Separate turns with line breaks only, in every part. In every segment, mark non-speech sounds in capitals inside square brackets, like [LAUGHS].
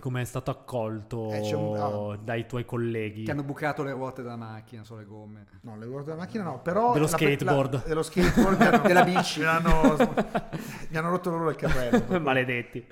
Come è stato accolto
Eh, c'è un- ah.
dai tuoi colleghi?
Ti hanno bucato le ruote della macchina, sono le gomme.
No, le ruote della macchina no, però...
Dello
la-
skateboard.
la- dello skateboard. mi hanno-
Della bici.
[LAUGHS]
Mi hanno, Ah, mi hanno rotto loro il
[LAUGHS]
carrello.
Maledetti.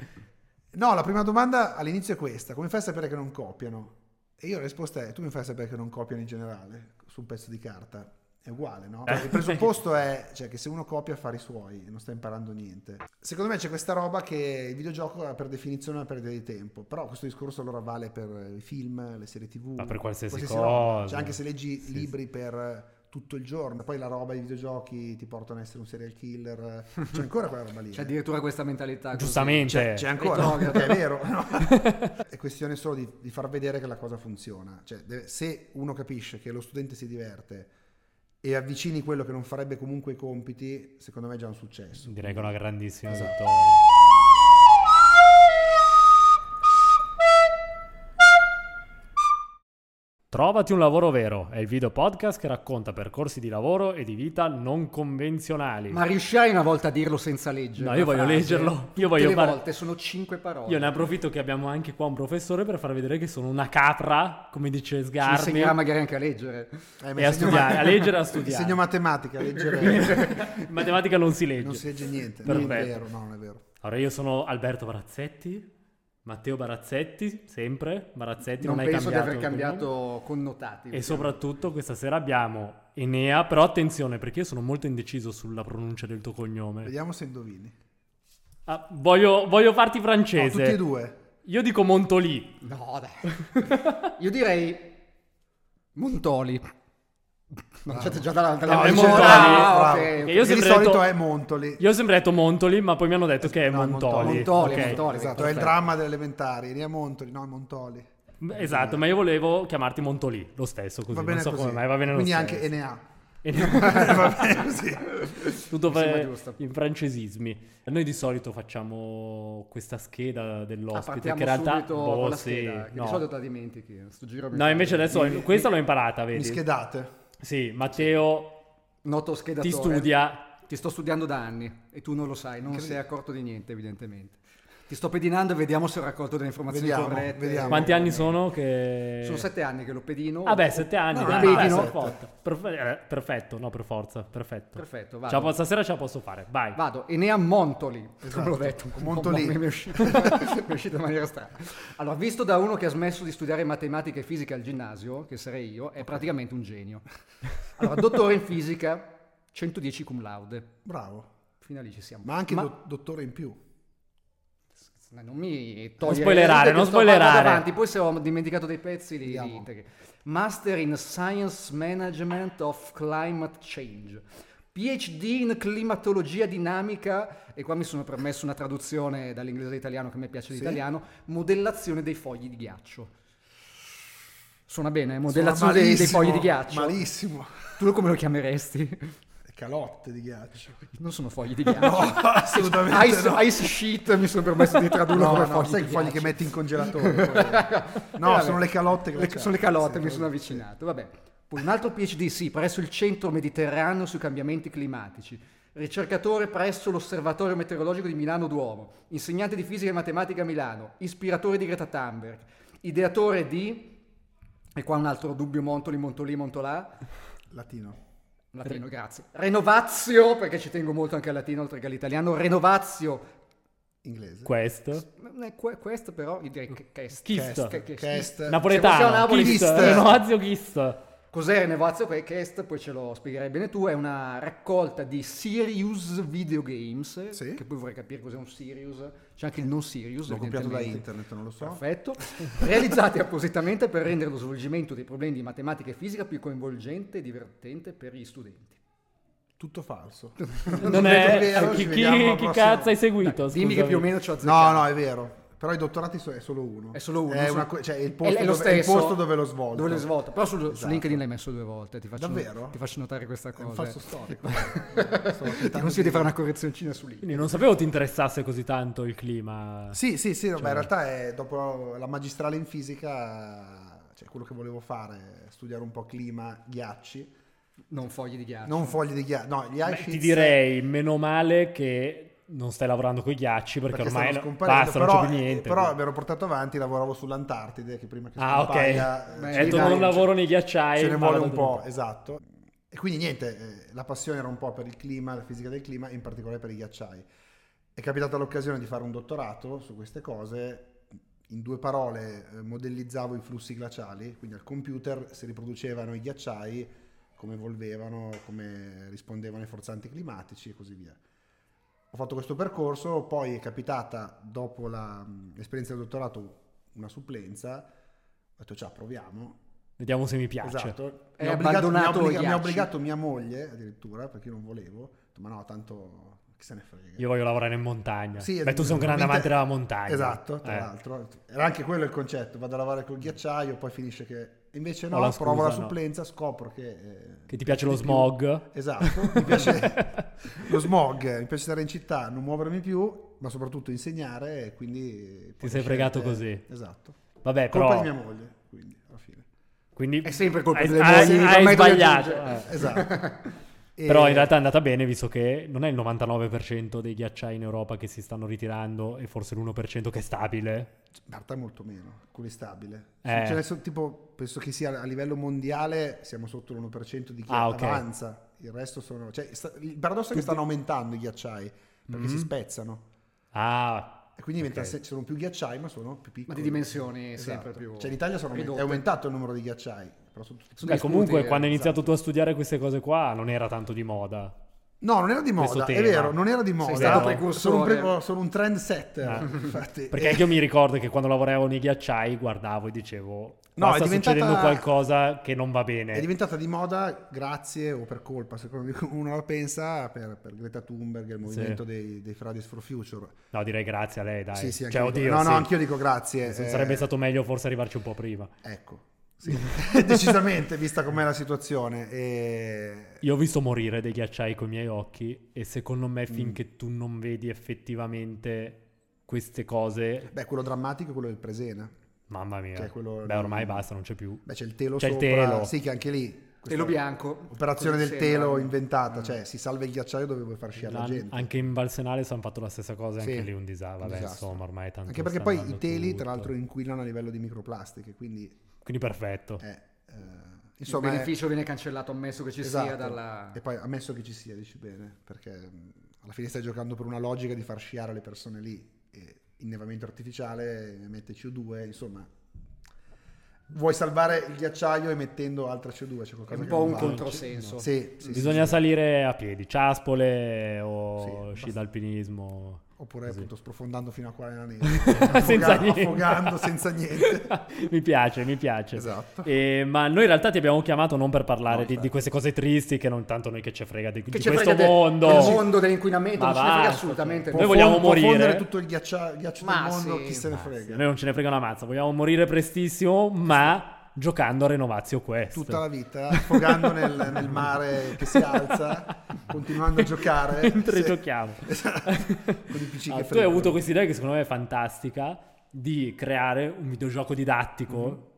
No, la prima domanda all'inizio è questa. Come fai a sapere che non copiano? E io la risposta è, tu mi fai sapere che non copiano in generale su un pezzo di carta. È uguale, no? Cioè,
Eh.
Il presupposto è cioè, che se uno copia fa i suoi, non sta imparando niente. Secondo me c'è questa roba che il videogioco è per definizione una perdita di tempo, però questo discorso allora vale per i film, le serie tv.
Ma per qualsiasi
roba.
cosa.
Cioè anche se leggi
Sì,
libri per tutto il giorno, poi la roba dei videogiochi ti portano a essere un serial killer, c'è ancora quella roba lì.
C'è
eh.
Cioè, addirittura questa mentalità. così.
Giustamente.
C'è, Cioè, c'è ancora,
Ritorno.
[LAUGHS] perché è vero. Eh, no? è questione solo di, di far vedere che la cosa funziona. Cioè, deve- se uno capisce che lo studente si diverte e avvicini quello che non farebbe comunque i compiti, secondo me è già un successo.
Direi che è una grandissima
Esatto.
vittoria. Trovati un lavoro vero è il video podcast che racconta percorsi di lavoro e di vita non convenzionali.
Ma riuscirai una volta a dirlo senza leggere?
No, io
la
voglio
frase?
leggerlo. Io
Tutte
voglio
le
fare-
volte sono cinque parole.
Io ne approfitto che abbiamo anche qua un professore per far vedere che sono una capra, come dice
Ci
Sgarbi.
insegnerà magari anche a leggere.
Eh,
E a studiare, a leggere e a studiare.
Segno
[LAUGHS]
matematica, a leggere
[LAUGHS] Matematica non si legge.
non si legge niente. Non è
Perfetto.
vero, no, non è vero.
Allora, io sono Alberto Barazzetti, Matteo Barazzetti, sempre. Barazzetti non,
non
hai
penso di
cambiato.
aver
il cognome.
cambiato connotati.
E soprattutto questa sera abbiamo Enea, però attenzione perché io sono molto indeciso sulla pronuncia del tuo cognome.
Vediamo se indovini.
Ah, voglio, voglio farti
No,
francese.
tutti e due.
Io dico Montolì.
No, dai. Io direi Montoli. No, cioè, già dalla, dalla
No, è
dice-
Montoli.
Ah, ok,
Bravo.
ok.
E
Io
io
di
sempre
solito
detto-
è Montoli.
Io ho sempre detto Montoli, ma poi mi hanno detto che è
No, è
Montoli.
Montoli,
Ok.
Montoli,
Esatto, è il
perfetto.
dramma delle elementari. Lì è Montoli, no, è Montoli.
Esatto, ma io volevo chiamarti Montolì, lo stesso, così.
va bene
non so
così.
come mai, va bene lo
Quindi
stesso.
anche NA.
Enea.
[LAUGHS] va bene così.
Tutto
Mi sembra
per-
giusto.
in francesismi. Noi di solito facciamo questa scheda
Ah,
dell'ospite,
partiamo
che in realtà...
subito
boh,
con la
sì,
scheda, che
no.
di solito te la dimentichi. Sto giro mi
No,
fa-
invece adesso
mi-
questa l'ho imparata,
Mi
vedi?
schedate.
Sì, Matteo
Noto schedatore.
ti studia.
Ti sto studiando da anni e tu non lo sai, non
Incredibile.
sei accorto di niente, evidentemente. Ti sto pedinando e vediamo se ho raccolto delle informazioni
Vediamo,
corrette.
vediamo.
Quanti anni sono? Che...
Ah, Sono sette anni che lo pedino.
Ah beh, sette anni.
No,
dai,
lo
dai,
pedino.
per forza. Perfe- eh, perfetto, no, per forza, perfetto.
Perfetto, vado.
Ce la po- stasera ce la posso fare, vai.
Vado, Enea Montoli,
Esatto.
come l'ho detto.
Montoli.
Mi è uscito, [LAUGHS] mi è uscito in maniera strana. Allora, visto da uno che ha smesso di studiare matematica e fisica al ginnasio, che sarei io, è praticamente un genio. Allora, dottore in fisica, 110 cum laude.
Bravo.
Fino a lì ci siamo.
Ma anche
Ma-
do- dottore in più.
Non mi togliere
Non spoilerare,
niente,
non
che sto andando
spoilerare.
avanti, poi se ho dimenticato dei pezzi li, li
Vediamo.
integri. Master in Science Management of Climate Change. PhD in climatologia dinamica, e qua mi sono permesso una traduzione dall'inglese all'italiano che mi piace l'italiano, modellazione dei fogli di ghiaccio. Suona bene,
Sono
modellazione dei, dei
malissimo,
fogli di ghiaccio.
Malissimo.
Tu come lo chiameresti?
Calotte di ghiaccio.
Non sono fogli
[LAUGHS]
di ghiaccio.
No, assolutamente
Ice,
no.
ice sheet mi sono permesso di tradurlo
No,
come
no,
fogli
sai
di
i fogli che
ghiaccio.
metti in
[LAUGHS]
congelatore. No,
vabbè.
sono le calotte
Le-
glaciali.
sono le calotte,
Sì,
mi sono
sì.
avvicinato. Vabbè. Poi un altro PhD, sì, presso il Centro Mediterraneo sui cambiamenti climatici. Ricercatore presso l'Osservatorio Meteorologico di Milano Duomo. Insegnante di fisica e matematica a Milano. Ispiratore di Greta Thunberg. Ideatore di... E qua un altro dubbio, Montoli, Montolì, Montolà.
Latino.
Latino, grazie. Renovazio, perché ci tengo molto anche al latino oltre che all'italiano. Renovazio,
Inglese.
Questo.
Non è que- questo però io direi che chest.
Chist.
Che- che-
Chest.
Se fosse Cioè, a
Napoletano.
Napoli,
Chist. [LAUGHS]
Chist.
Renovazio Chist.
Cos'è Renovazio Que- Quest? Poi ce lo spiegherai bene tu. È una raccolta di serious videogames.
Sì.
Che poi vorrei capire cos'è un serious. C'è anche il non serious.
L'ho comprato da
evidentemente.
internet, non lo so.
Perfetto. Realizzati appositamente per rendere lo svolgimento dei problemi di matematica e fisica più coinvolgente e divertente per gli studenti.
Tutto falso.
Non
detto
è...
vero,
chi-
ci
chi-
vediamo alla
chi
prossima.
cazzo hai seguito?
Dai, dimmi che
scusami?
più o meno ci ho azzeccato.
No, no, è vero. Però i dottorati so- è solo uno.
Cioè, È solo uno.
È,
so-
una co- cioè, è il,
è-
posto
è lo
dove, è il
stesso.
posto dove l'ho svolto.
Dove l'ho svolto. Però sul, su
Esatto.
LinkedIn l'hai messo due volte. Ti faccio,
Davvero?
ti faccio notare questa
È
cosa.
un falso storico.
[LAUGHS] Ti consiglio di fare una correzioncina su LinkedIn.
Quindi non sapevo ti interessasse così tanto il clima.
Sì, sì, sì, vabbè, in realtà è dopo la magistrale in fisica, cioè quello che volevo fare, è studiare un po' clima, ghiacci,
Non fogli di ghiaccio.
non fogli di ghiaccio, no, gli
Beh,
ice
ti
sheets-
direi meno male che non stai lavorando con i ghiacci perché,
Perché
ormai
stavo
no-
scomparendo,
basta,
però,
non c'è più niente. Eh,
Però mi ero portato avanti, lavoravo sull'Antartide, che prima che
ah, ok.
scompaia, eh,
Beh,
Hai
ci
detto
dai,
non
dai,
lavoro nei
ce-
ghiacciai.
Ce ne
ma
vuole
vado
un
dritto.
po', esatto. E quindi niente, eh, la passione era un po' per il clima, la fisica del clima, e in particolare per i ghiacciai. È capitata l'occasione di fare un dottorato su queste cose. In due parole eh, modellizzavo i flussi glaciali, quindi al computer si riproducevano i ghiacciai, come evolvevano, come rispondevano ai forzanti climatici e così via. Ho fatto questo percorso, poi è capitata dopo la, mh, l'esperienza del dottorato una supplenza, ho detto ciao proviamo,
Vediamo se mi piace.
Esatto.
È
Mi ha obbligato, mi ha
abbandonato
obbliga-
gli
mi ha
acci.
obbligato mia moglie addirittura perché io non volevo. Ho detto, ma no, tanto chi se ne frega.
Io voglio lavorare in montagna.
Sì,
Beh, tu sei un grande amante
ovviamente-
della montagna.
Esatto, tra
Eh.
l'altro. Era anche quello il concetto, vado a lavorare col ghiacciaio, poi finisce che... Invece no,
Ho la
provo la
scusa, no.
supplenza, scopro che... eh,
Che ti piace lo
di più.
smog?
Esatto,
[LAUGHS]
mi piace lo smog, eh, mi piace stare in città, non muovermi più, ma soprattutto insegnare e quindi...
sei
poi scelte-
fregato così.
Esatto.
Vabbè,
Colpa
però...
di mia eh moglie, quindi, alla fine.
Quindi
È sempre colpa
hai,
delle
hai-
mogli,
hai
ormai dobbiamo
sbagliato.
aggiungere.
Eh.
Esatto.
[LAUGHS]
E-
Però in realtà è andata bene visto che non è il 99% dei ghiacciai in Europa che si stanno ritirando e forse l'1% che è stabile.
In realtà molto meno, quelli stabile.
Eh.
Ce ne sono, tipo, penso che sia a livello mondiale siamo sotto l'1% di chi
Ah, ok.
avanza. Il resto sono... Cioè, sta- il paradosso è che stanno aumentando i ghiacciai perché
Mhm.
si spezzano.
Ah,
E quindi diventa-
Ok.
se- ci sono più ghiacciai ma sono più
Ma
piccoli.
di dimensioni
Esatto.
sempre più.
Cioè in Italia sono-
ridotte.
è aumentato il numero di ghiacciai. però sono tutti-
Sono
beh, comunque
discuti,
quando hai
eh,
iniziato tu a studiare queste cose qua non era tanto di moda.
No, non era di
Questo
moda, è
tema.
vero, non era di
Sei
moda.
stato
Sono un,
precursore.
pre- sono un trendsetter,
Ah.
[LAUGHS] infatti.
Perché
E-
anche io mi ricordo che quando lavoravo nei ghiacciai guardavo e dicevo
No,
no,
è
sta
diventata-
succedendo qualcosa che non va bene.
È diventata di moda grazie o per colpa, secondo me [LAUGHS] come uno la pensa, per, per Greta Thunberg e il movimento dei, dei Fridays for Future.
No, direi grazie a lei, dai.
Sì, sì, anche
cioè,
io-
oddio,
no, no,
sì.
anch'io dico grazie.
Se-
eh,
Sarebbe stato meglio forse arrivarci un po' prima.
Ecco, sì. [LAUGHS] decisamente, vista com'è la situazione. E...
Io ho visto morire dei ghiacciai coi miei occhi e secondo me
Mm.
finché tu non vedi effettivamente queste cose,
Beh, quello drammatico è quello del Presena.
mamma mia.
Cioè, quello-
Beh, ormai basta, non c'è più.
Beh, c'è il telo
C'è il
sopra.
telo.
Sì, che anche lì... questa
Telo bianco.
Operazione
Così
del
sembra.
telo inventata,
Mm.
cioè si salva il ghiacciaio dove vuoi far sciare la
L'an-
gente.
Anche in Balsenale hanno fatto la stessa cosa,
Sì,
anche lì un disastro. Vabbè,
disastro.
insomma, ormai è tanto
Anche perché
sta
poi i
andando
teli,
tutto.
tra l'altro, inquinano a livello di microplastiche, quindi
Quindi perfetto.
Eh, eh,
Il
insomma,
beneficio viene cancellato, ammesso che
è-
ci sia
esatto.
dalla.
E poi ammesso che ci sia, dici bene, perché mh, alla fine stai giocando per una logica di far sciare le persone lì. E innevamento artificiale, emette CO2, insomma. Vuoi salvare il ghiacciaio emettendo altra CO2? C'è
È
qualcosa
un
che
po'
non
un
va.
controsenso.
Sì, sì, sì,
Bisogna
sì.
salire a piedi, ciaspole o
Sì,
sci
basta. [LAUGHS]
d'alpinismo.
Oppure
Così.
appunto sprofondando fino a qua nella
[LAUGHS]
neve,
senza
affoga-
niente.
affogando senza niente.
[LAUGHS] mi piace, mi piace.
esatto.
Eh, ma noi in realtà ti abbiamo chiamato non per parlare
No,
di,
infatti.
di queste cose tristi che non tanto noi che ci frega di, di
ci
questo
frega de-
mondo.
del mondo dell'inquinamento,
Ma
non ce ne frega
basta,
assolutamente.
cioè, Noi
Può
vogliamo
fon- può
morire.
fondere tutto il ghiaccia- ghiaccio del
Ma
mondo,
sì,
chi se ne
Ma Ah, sì,
frega.
a noi non ce ne frega una mazza, vogliamo morire prestissimo, ma giocando a Renovazio Quest.
tutta la vita, affogando nel, nel mare che si alza, continuando a giocare.
[LAUGHS] Mentre
Sì.
giochiamo.
[LAUGHS] Esatto. Con i PC che
Ah, tu hai
fregano.
avuto questa idea che secondo me è fantastica di creare un videogioco didattico.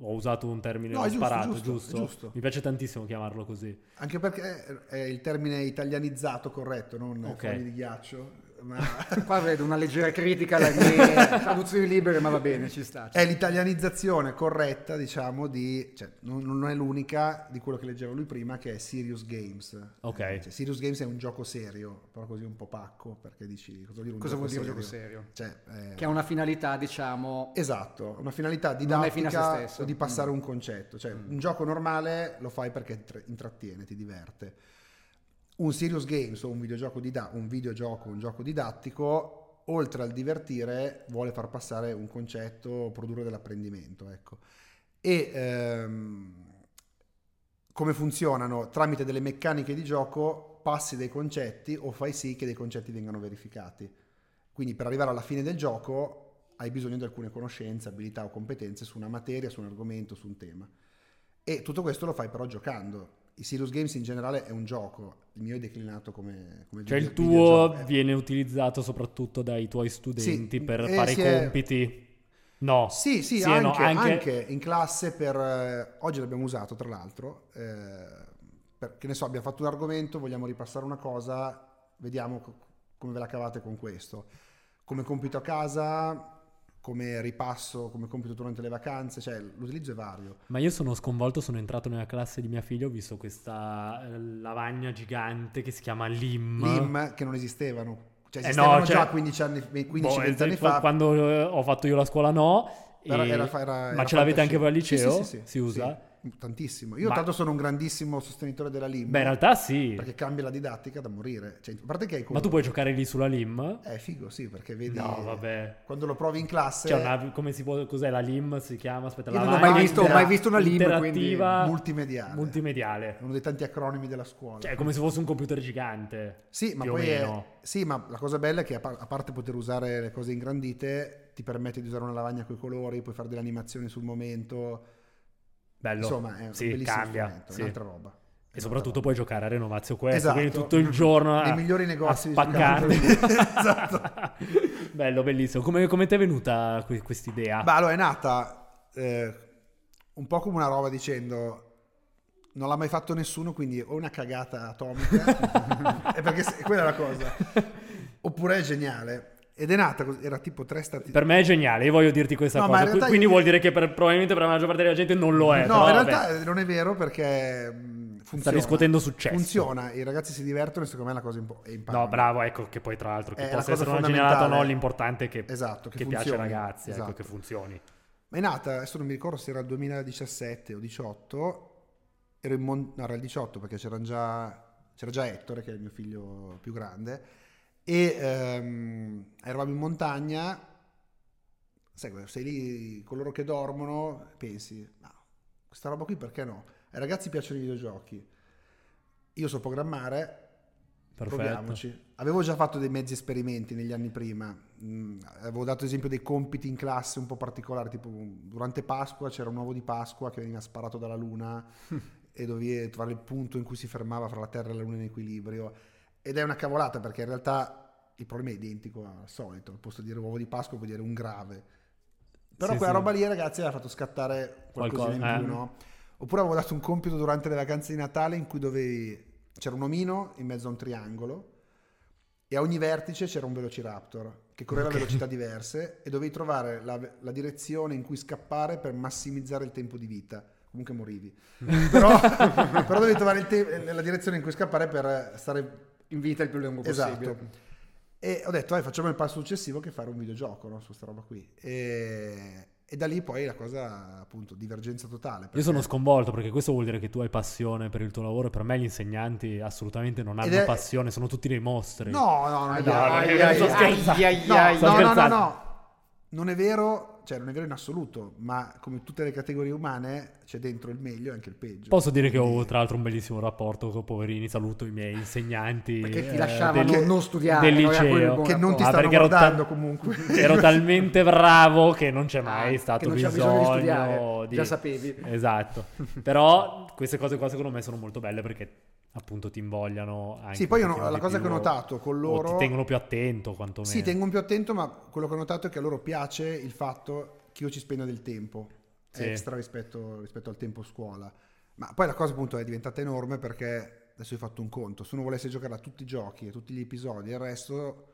Ho usato un termine
Mm-hmm. No, è giusto,
sparato,
giusto, è giusto.
Mi piace tantissimo chiamarlo così.
Anche perché è il termine italianizzato corretto, non
Ok.
fogli di ghiaccio, ma [LAUGHS]
Qua vedo una leggera critica alle mie traduzioni libere, ma va bene, ci sta.
è l'italianizzazione corretta, diciamo, di... Cioè, non, non è l'unica di quello che leggeva lui prima, che è Serious Games.
Ok.
Eh, cioè, Serious Games è un gioco serio, però così un po' pacco, perché dici... Cosa, vuol dire un
Cosa
gioco
vuol dire un gioco
serio?
serio?
Cioè, eh,
Che ha una finalità, diciamo.
Esatto, una finalità
Non è fine a se
didattica
stesso.
o di passare
Mm.
un concetto. Cioè,
Mm.
un gioco normale lo fai perché tr- intrattiene, ti diverte. Un serious games o un videogioco, dida- un videogioco, un gioco didattico, oltre al divertire, vuole far passare un concetto, produrre dell'apprendimento, ecco. E ehm, come funzionano? Tramite delle meccaniche di gioco passi dei concetti o fai sì che dei concetti vengano verificati. Quindi per arrivare alla fine del gioco hai bisogno di alcune conoscenze, abilità o competenze su una materia, su un argomento, su un tema. E tutto questo lo fai però giocando. I Serious Games in generale è un gioco, il mio è declinato come, come
Cioè
video-
il tuo
videogioco, eh.
viene utilizzato soprattutto dai tuoi studenti
Sì,
per
eh,
fare i
si è-
compiti? No.
Sì,
Sì
sì,
e
anche,
no, anche-
anche in classe per... eh, oggi l'abbiamo usato, tra l'altro, eh, per- che ne so, abbiamo fatto un argomento, vogliamo ripassare una cosa, vediamo co- come ve la cavate con questo. Come compito a casa, come ripasso, come compito durante le vacanze, cioè l'utilizzo è vario.
Ma io sono sconvolto, sono entrato nella classe di mia figlia, ho visto questa eh, lavagna gigante che si chiama Lim.
Lim che non esistevano. Cioè,
Eh no,
esistevano
cioè-
già 15 anni, 15,
Boh,
20 anni
eh,
fa.
Quando eh, ho fatto io la scuola no,
Era-
e-
era fa- era-
ma
era
ce l'avete anche voi al
fantascienza.
liceo?
Sì, sì, sì,
si usa?
sì, tantissimo. Io
Ma-
tanto sono un grandissimo sostenitore della LIM.
Beh, in realtà sì,
Perché cambia la didattica da morire. Cioè, a parte che hai
ma tu puoi giocare lì sulla Lim?
Eh, figo, sì, perché vedi...
No, vabbè.
Quando lo provi in classe...
C'è una, come si può, cos'è la Lim? Si chiama, aspetta,
Io
la
non ho
lavagna
mai visto- ho mai
visto una Lim, quindi
interattiva
multimediale.
multimediale.
Uno dei tanti acronimi della scuola.
Cioè, è come se fosse un computer gigante.
Sì, ma
più o
poi è-
meno.
sì, ma la cosa bella è che a, par- a parte poter usare le cose ingrandite, ti permette di usare una lavagna con i colori, puoi fare delle animazioni sul momento.
Bello.
Insomma, è un
sì,
bellissimo
cambia.
strumento,
Sì.
è un'altra roba. È
E soprattutto
un'altra
puoi giocare a Renovazio Quest,
Esatto.
quindi tutto il giorno
Nei
a,
migliori negozi
a
di
spaccarli.
[LAUGHS] giocattoli. Esatto.
Bello, bellissimo. Come, come ti è venuta que- quest'idea?
roba. Ma allora è nata eh, un po' come una roba dicendo non l'ha mai fatto nessuno, quindi o una
[LAUGHS]
cagata atomica, è Eh, perché se- quella è la cosa, oppure è geniale. Ed è nata, così, era tipo tre stati...
Per me è geniale, io voglio dirti questa
No, ma
cosa.
in
Qui-
realtà
Quindi
io-
vuol dire che per- probabilmente per la maggior parte della gente non lo è. però
No, in
vabbè.
realtà eh, non è vero perché mh, funziona.
riscuotendo successo.
Funziona, i ragazzi si divertono e secondo me è la cosa impo- è imparare.
No, bravo, ecco che poi tra l'altro che
È la
possa
cosa
essere una generata o no,
fondamentale.
l'importante è che,
Esatto, che
piace ai
funzioni.
ragazzi, ecco,
Esatto.
che funzioni.
Ma è nata, adesso non mi ricordo se era il 2017 o 18, ero in Mon- no, era il 18 perché c'era già, c'era già Ettore, che è il mio figlio più grande, e ehm, eravamo in montagna, sai, quando sei lì, coloro che dormono, pensi, ma questa roba qui perché no? Ai ragazzi piacciono i videogiochi, io so programmare,
Perfetto.
Proviamoci. Avevo già fatto dei mezzi esperimenti negli anni prima. Mm, avevo dato esempio dei compiti in classe un po' particolari, tipo durante Pasqua c'era un uovo di Pasqua che veniva sparato
[LAUGHS]
dalla Luna e dovevi trovare il punto in cui si fermava fra la Terra e la Luna in equilibrio. Ed è una cavolata perché in realtà il problema è identico al solito. Al posto di dire uovo di Pasqua puoi dire un grave. Però
Sì,
quella
sì.
roba lì, ragazzi, aveva fatto scattare qualcosa in
Qualcosa,
più,
eh.
no? Oppure avevo dato un compito durante le vacanze di Natale in cui dovevi... C'era un omino in mezzo a un triangolo e a ogni vertice c'era un velociraptor che correva
Ok.
a velocità diverse e dovevi trovare la, la direzione in cui scappare per massimizzare il tempo di vita.
[LAUGHS]
Comunque morivi. però, però dovevi trovare il te- eh, la direzione in cui scappare per stare
In vita il più lungo possibile.
Esatto. E ho detto, "Vai, facciamo il passo successivo che fare un videogioco no, su sta roba qui. E, e da lì poi la cosa, appunto, divergenza totale.
Io
perché-
sono sconvolto perché questo vuol dire che tu hai passione per il tuo lavoro e per me gli insegnanti assolutamente non hanno
Ed è-
passione, sono tutti dei mostri.
No, no, non è
Ah,
vero.
no,
Ai,
perché
ai,
sto
ai,
scherzando.
ai, ai,
No,
ai.
Sto
no, no, no,
scherzando.
no. Non è vero, cioè non è vero in assoluto, ma come tutte le categorie umane c'è dentro il meglio e anche il peggio.
Posso dire che ho
Quindi-
tra l'altro un bellissimo rapporto con poverini, saluto i miei insegnanti.
Perché ti
eh,
lasciavano
del-
non studiare.
del
non era quello il
liceo.
buon
Che non ti
Ah,
stanno
perché ero ta-
guardando comunque.
[LAUGHS]
[LAUGHS]
Ero talmente bravo che non c'è
Ah,
mai
che
stato
non c'è
bisogno,
bisogno di studiare,
di-
già sapevi.
[LAUGHS]
Esatto. Però queste cose qua secondo me sono molto belle perché appunto ti invogliano anche
Sì, poi io
un
no-
pochino
la
di
cosa
più,
che ho notato con
o ti
loro...
tengono più attento quantomeno.
Sì, tengo più attento, ma quello che ho notato è che a loro piace il fatto che io ci spenda del tempo
Sì.
extra rispetto, rispetto al tempo scuola. Ma poi la cosa appunto è diventata enorme perché adesso ho fatto un conto. Se uno volesse giocare a tutti i giochi e tutti gli episodi, il resto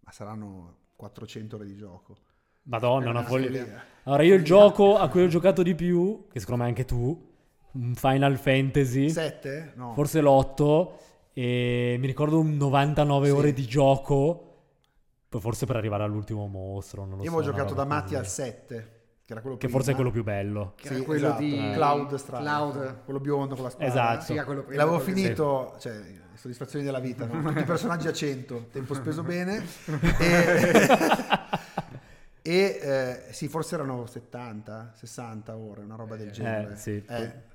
ma saranno 400 ore di gioco. Eh,
Madonna,
È
una
una
follia.
follia.
Allora, io il gioco a cui ho giocato di più, che secondo me anche tu, un Final Fantasy,
7? eh, No.
forse l'8, e mi ricordo un 99
Sì.
ore di gioco, poi forse per arrivare all'ultimo mostro, non lo
io
so.
avevo
una
giocato
roba
da matti
così.
al 7, che era quello
Che forse è
prima.
quello più bello.
Che era
Sì,
quello
esatto,
di
eh. Cloud Strife,
Cloud.
quello biondo con la spada.
Esatto.
Sì, era quello
E
prima,
l'avevo
quello che-
finito, cioè, soddisfazioni della vita, no? tutti i personaggi a 100,
[LAUGHS]
tempo speso bene. E, e, eh, sì, forse erano 70, 60 ore, una roba del genere.
Eh,
Eh,
sì.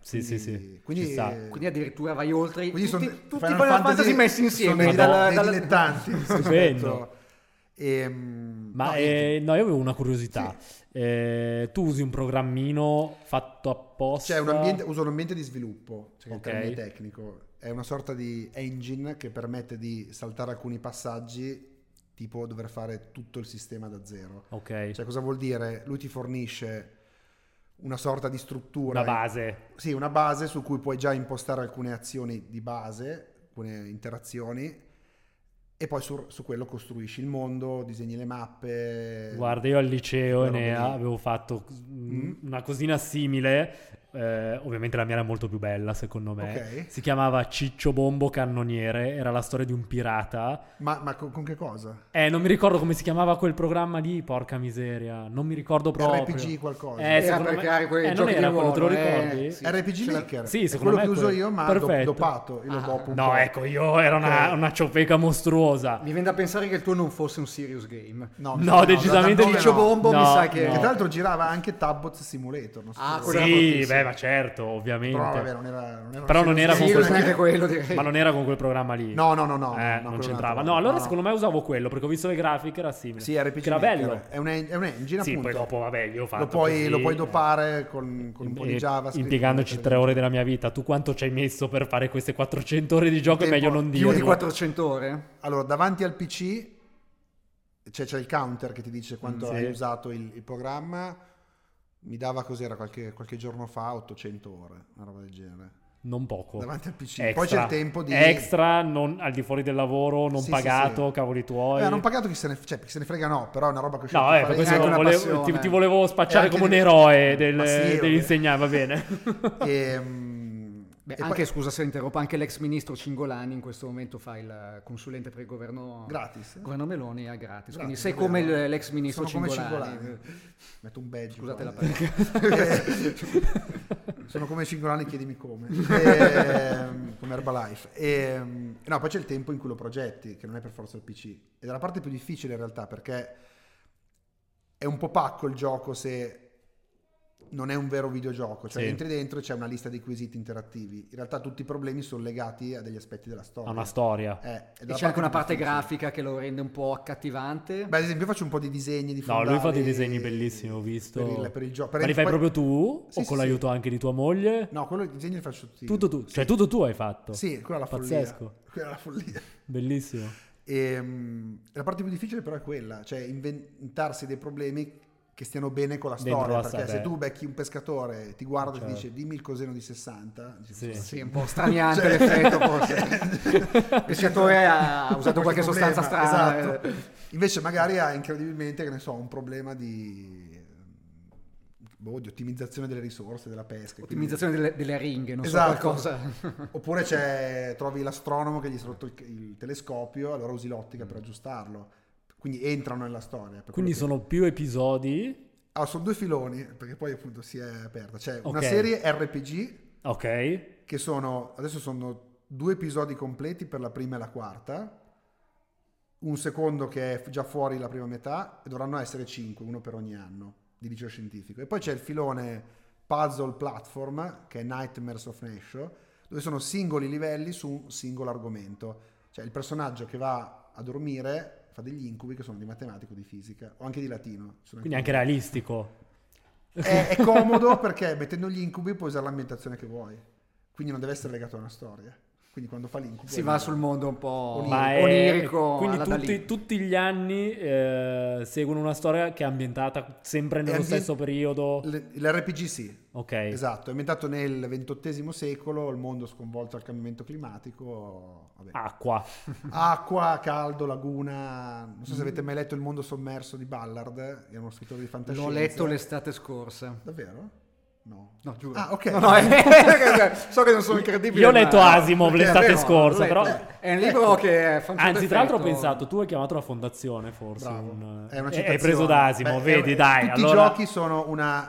Sì, sì, sì.
Quindi,
Ci sta.
Quindi addirittura vai oltre i-
quindi
tutti,
sono
tutti i Final Fantasy messi insieme.
sono dei,
Madonna.
dei
[LAUGHS]
dilettanti. Ehm,
Stupendo.
E,
Ma eh, no, io avevo una curiosità. Eh, tu usi un programmino fatto apposta?
C'è un ambiente, uso un ambiente di sviluppo, cioè
Ok.
che è il termine tecnico, è una sorta di engine che permette di saltare alcuni passaggi, tipo dover fare tutto il sistema da zero.
Ok,
Cioè cosa vuol dire? Lui ti fornisce una sorta di struttura.
una base.
Sì, una base su cui puoi già impostare alcune azioni di base, alcune interazioni E poi su, su quello costruisci il mondo, disegni le mappe.
Guarda, io al liceo
Però
ne
vedi-
avevo fatto mm,
Mm.
una cosina simile, eh, ovviamente la mia era molto più bella secondo me.
Ok.
Si chiamava Ciccio Bombo Cannoniere, era la storia di un pirata.
Ma, ma con, con che cosa?
Eh, non mi ricordo come si chiamava quel programma lì, porca miseria, non mi ricordo proprio.
RPG qualcosa.
Eh,
Era
secondo
per
me-
creare quei
eh, non
giochi
era
di
quello, te lo
ruolo, eh,
ricordi?
sì.
RPG
Ce l'ha-
Maker.
Sì,
È
secondo
quello
me
che
è
uso
quello.
io, ma
Perfetto.
do- dopato. Io lo
Ah,
dopo un po'.
No, ecco, io era una,
Ok.
una ciofeca mostruosa.
Mi viene da pensare che il tuo non fosse un serious game.
No,
No, decisamente
Danone
di
Ciccio
no.
Bombo mi
No,
sa che...
Che
no.
tra l'altro girava anche Tabot Simulator. Non so
Ah,
se-
quello era
Sì,
fortissimo.
beh, ma certo, ovviamente.
Però vabbè, non era... Non era,
Però non era
Sì,
con
non
quel-
neanche quello direi.
Ma non era con quel programma lì.
No, no, no, no.
Eh, non
no, quello era un
c'entrava.
altro.
No, allora secondo me usavo quello perché ho visto le grafiche, era simile.
Sì, RPG
Che era
Maker.
bello.
È un, en- è un engine,
Sì,
appunto.
poi dopo, vabbè, io ho fatto
lo puoi,
così,
lo puoi
eh,
dopare con, con un po' di
e-
Java.
impiegandoci tre ore della mia vita. Tu quanto ci hai messo per fare queste 400 ore di gioco? È
Tempo-
meglio non
più
dirlo.
Più di 400 ore?
Allora, davanti al PC c'è, c'è il counter che ti dice quanto
Mm, sì.
hai usato il, il programma. Mi dava cos'era qualche, qualche giorno fa 800 ore, una roba del genere.
Non poco.
Davanti al PC.
Boh. Extra.
Poi c'è il tempo di...
Extra, non- al di fuori del lavoro, non
Sì, sì,
pagato,
sì.
cavoli tuoi.
Eh, non pagato chi se ne, cioè, chi se ne frega no, però è una roba che ho scelto
No,
di
eh, per
fare.
questo
anche una
volevo, ti,
passione.
ti volevo spacciare
E eh. anche
come un
di- eh.
eroe del,
Ma sì, vabbè.
dell'insegnare, va
[LAUGHS]
bene.
E, mm,
Beh,
e poi-
anche, scusa se interrompo, anche l'ex ministro Cingolani in questo momento fa il consulente per il governo,
gratis. eh?
governo Meloni a gratis. Quindi
Gratis,
sei
è
come
vero.
l- l'ex ministro
Sono come
Cingolani.
Cingolani. Metto un badge.
Scusate la
qua.
parola.
[LAUGHS]
[LAUGHS]
Sono come Cingolani,
[LAUGHS]
chiedimi come. Ehm, come Herbalife. Ehm, no, poi c'è il tempo in cui lo progetti, che non è per forza il PC. Ed è la parte più difficile in realtà, perché è un po' pacco il gioco se non è un vero videogioco. Cioè
Sì.
entri dentro e c'è una lista di quesiti interattivi. In realtà tutti i problemi sono legati a degli aspetti della
[LAUGHS]
storia.
Ha una storia.
Eh, ed è
E
la
c'è anche una
più
parte
difficile.
grafica che lo rende un po' accattivante.
Beh, ad esempio, io faccio un po' di disegni di
No, lui fa dei
fondali
disegni bellissimi, ho visto.
Per il, per il gioco.
Ma li fai proprio tu?
Sì,
o
sì,
con
sì.
l'aiuto anche di tua moglie?
No, quello i disegni li faccio tutti. io.
Tutto tu, cioè tutto tu hai fatto.
Sì, quella è la
Pazzesco.
follia. Quella è la follia.
Bellissimo.
Ehm, la parte più difficile però è quella, cioè inventarsi dei problemi che stiano bene con la
Dentro
storia,
la
perché
sta-
se
beh.
tu becchi un pescatore, ti guarda e ti
Certo.
dice dimmi il coseno di 60, dici,
Sì.
Sì, Cioè, un po' straniante [LAUGHS]
Cioè,
l'effetto
[LAUGHS]
[LAUGHS] forse. Il pescatore ha ha usato qualche sostanza
problema,
strana. eh.
esatto. Invece magari ha incredibilmente, che ne so, un problema di, boh, di ottimizzazione delle risorse, della pesca. quindi-
Ottimizzazione delle, delle ringhe, non
Esatto.
so qualcosa.
Oppure c'è, trovi l'astronomo che gli si è rotto il, il telescopio, allora usi l'ottica per aggiustarlo. Quindi entrano nella storia. per
Mm. Quindi
quello che-
sono più episodi.
Ah, sono due filoni, perché poi appunto si è aperta. C'è una
Ok.
serie RPG
Ok.
che sono, adesso sono due episodi completi per la prima e la quarta, un secondo che è f- già fuori la prima metà e dovranno essere cinque, uno per ogni anno di liceo scientifico. E poi c'è il filone puzzle platform che è Nightmares of Nashore, dove sono singoli livelli su un singolo argomento. Cioè il personaggio che va a dormire fa degli incubi che sono di matematica o di fisica o anche di latino. Ci sono
Quindi anche realistico.
è, è comodo perché mettendo gli incubi puoi usare l'ambientazione che vuoi. Quindi non deve essere legato a una storia. Quindi quando fa l'incubo...
Si va sul mondo un po'
Ma è-
onirico.
quindi
alla
tutti,
Dalì.
tutti gli anni eh, seguono una storia che è ambientata sempre nello
È ambien-
stesso periodo.
L- L'RPG sì,
ok.
esatto. È ambientato nel XXVIII secolo, il mondo sconvolto dal cambiamento climatico. vabbè.
Acqua.
Acqua, caldo, laguna. Non so se avete mai letto Il mondo sommerso di Ballard, è uno scrittore di fantascienza.
L'ho letto l'estate scorsa.
Davvero? No.
No, giuro.
Ah, ok.
No, no, eh,
[LAUGHS]
so che non sono incredibile.
Io ho letto
ma-
Asimov
perché è
l'estate
vero,
scorsa,
l'ho
però-
letto. È un libro che fa un certo
Anzi, tra l'altro ho
effetto.
pensato, tu hai chiamato la fondazione forse.
Bravo.
un-
È una
e-
citazione.
hai preso da Asimo,
Beh,
vedi,
è-
dai.
Tutti
allora-
i giochi sono una...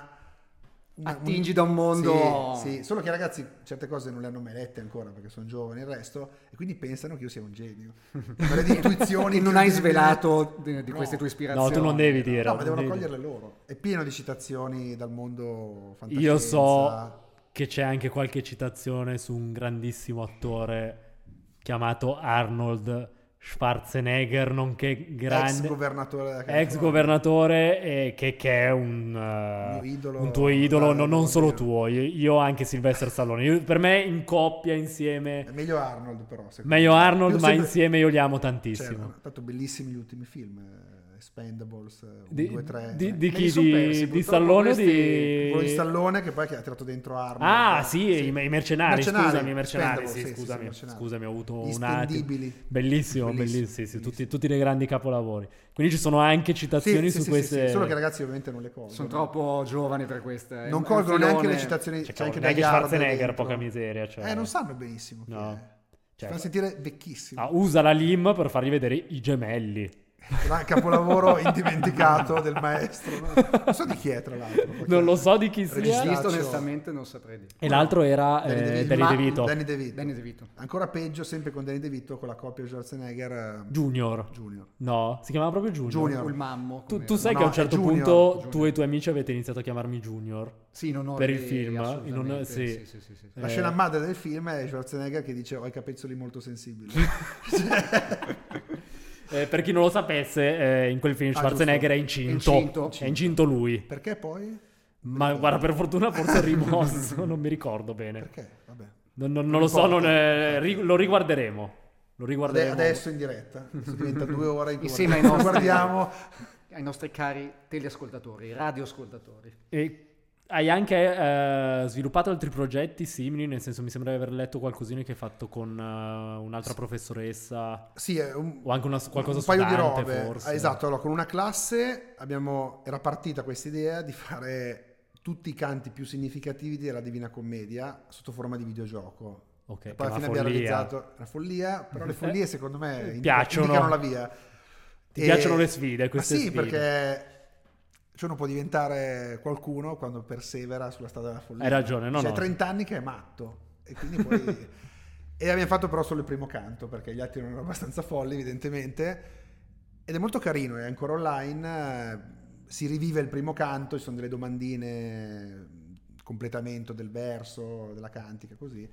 una-
Attingi da un mondo-
Sì, sì, solo che ragazzi certe cose non le hanno mai lette ancora perché sono giovani e il resto e quindi pensano che io sia un
[LAUGHS]
genio. Avrei di intuizioni...
E [LAUGHS] non hai
incredibili.
svelato di, di
No.
queste tue ispirazioni.
No, tu non devi dire.
No, ma
non
devono
devi.
coglierle loro. È pieno di citazioni dal mondo fantastico.
Io so che c'è anche qualche citazione su un grandissimo attore chiamato Arnold Schwarzenegger, nonché
Ex
grande
governatore della
ex
California.
governatore eh, che, che è un, eh,
Mio idolo.
un tuo idolo,
Guarda,
no- non
devo
solo
dire.
tuo, io, io anche Sylvester Stallone. Io- per me in coppia, insieme,
È meglio Arnold però. secondo
meglio
me.
Arnold,
Io
ma
sempre-
insieme io li amo
Cioè,
tantissimo.
hanno fatto bellissimi gli ultimi film. eh, Expendables,
Di,
2, 3.
di- di
Me
chi?
li son
Di,
persi,
di
purtroppo
Stallone o
questi-
Quello di
di...
Stallone che poi che ha tirato dentro Arnold.
Ah,
Eh,
sì, I, i mercenari, scusami, i mercenari,
Expendables,
sì,
sì, sì,
scusami,
sì, mercenari.
scusami, ho avuto
Gli
un attimo.
spendibili.
Bellissimo,
Bellissimo,
bellissimo, sì, sì,
bellissimo.
tutti, tutti dei grandi capolavori. Quindi ci sono anche
Sì,
citazioni
sì,
su
sì,
queste...
sì, sì, solo che i ragazzi ovviamente non le colgono.
Sono troppo giovani per eh. queste.
Non
È un
colgono neanche
filone-
le citazioni.
Cioè,
C'è anche
neanche
Die Hard
Schwarzenegger,
dentro.
poca miseria. Cioè,
Eh, non sanno benissimo. chi
No.
è.
Cioè,
Fa sentire vecchissimo.
ah, usa la LIM per fargli vedere i gemelli.
Tra-
[LAUGHS]
Ah, Capolavoro indimenticato del maestro. no? Non so di chi è, tra l'altro. perché-
Non lo so di chi sia.
Regista,
Regista,
cioè-
onestamente, non saprei dire.
E l'altro era
Danny
eh,
DeVito.
Danny
Ma-
DeVito
Danny DeVito.
Danny DeVito.
Ancora peggio, sempre con Danny DeVito, con la coppia Schwarzenegger eh,
Junior.
Junior.
No, si chiamava proprio Junior.
Junior.
Il mammo.
Tu,
come-
tu sai
No,
che a un
è
certo
Junior,
punto
Junior.
tu e i tuoi amici avete iniziato a chiamarmi Junior.
Sì, in onore
per il
di-
film, in
assolutamente,
onore- sì.
sì, sì, sì, sì.
La
Eh.
scena madre del film è Schwarzenegger che dice ho i capezzoli molto
[LAUGHS]
sensibili.
Eh, per chi non lo sapesse, eh, in quel film
Ah,
Schwarzenegger è
giusto.
incinto.
È incinto.
È incinto lui.
Perché poi?
Eh. Ma guarda, per fortuna forse
[LAUGHS]
è rimosso, non mi ricordo bene.
Perché? Vabbè.
Non, non- non lo so, non, eh, ri- lo riguarderemo. Lo
Ade-
riguarderemo.
adesso in diretta. Adesso diventa due ore in cui
Insieme ai
guardiamo-
nostri-
guardiamo
Ai nostri cari teleascoltatori, radioascoltatori.
E hai anche eh, sviluppato altri progetti simili, nel senso mi sembra di aver letto qualcosina che hai fatto con eh, un'altra professoressa
Sì, è un,
o anche una, qualcosa
un paio
su
di
Dante,
robe.
forse.
Ah, esatto, allora con una classe abbiamo- era partita questa idea di fare tutti i canti più significativi della Divina Commedia sotto forma di videogioco.
Ok,
E
che
poi
è una
alla fine abbiamo
follia.
realizzato una follia, però le follie secondo
[LAUGHS]
me
Eh,
indi-
piacciono.
indicano la via.
Ti piacciono le sfide, queste
ma sì,
sfide.
perché cioè uno può diventare qualcuno quando persevera sulla strada della follia.
Hai ragione, no,
C'è
no.
30 anni che è matto e quindi poi...
[LAUGHS]
e abbiamo fatto però solo il primo canto perché gli altri non erano abbastanza folli evidentemente ed è molto carino, è ancora online, eh, si rivive il primo canto, ci sono delle domandine, completamento del verso, della cantica, così.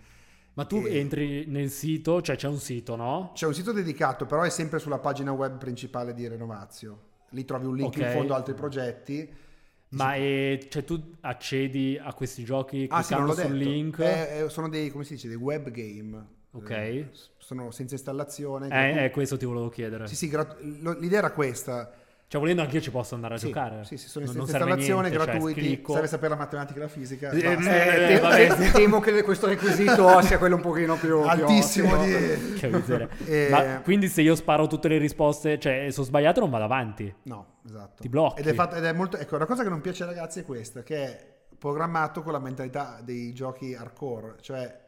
Ma tu
E-
entri nel sito, cioè c'è un sito, no?
C'è un sito dedicato, però è sempre sulla pagina web principale di Renovazio. Lì trovi un link
Ok.
in fondo a altri progetti.
Ma e- cioè, tu accedi a questi giochi
Ah, sì, non
cliccando
l'ho
sul
detto.
link?
Eh, eh, sono dei, come si dice, dei web game.
Ok.
Eh, s- sono senza installazione. gratuiti.
Eh, eh, questo ti volevo chiedere.
Sì, sì, grat- lo- l'idea era questa.
Cioè, volendo anch'io ci posso andare a
Sì,
giocare.
Sì, sì, sono
Non-
senza
non serve
installazione,
niente, cioè,
gratuiti.
clicco.
Serve sapere la matematica e la fisica.
Eh,
basta.
eh,
[LAUGHS]
Te-
vabbè.
te- temo che questo requisito sia quello un pochino più... più
Altissimo
ostico.
di...
Che
[LAUGHS]
miseria.
Eh,
Ma quindi se io sparo tutte le risposte, cioè sono sbagliato non vado avanti.
No, esatto.
Ti blocchi.
Ed è, fatto- ed è molto, ecco, una cosa che non piace ai ragazzi è questa, che è programmato con la mentalità dei giochi hardcore, cioè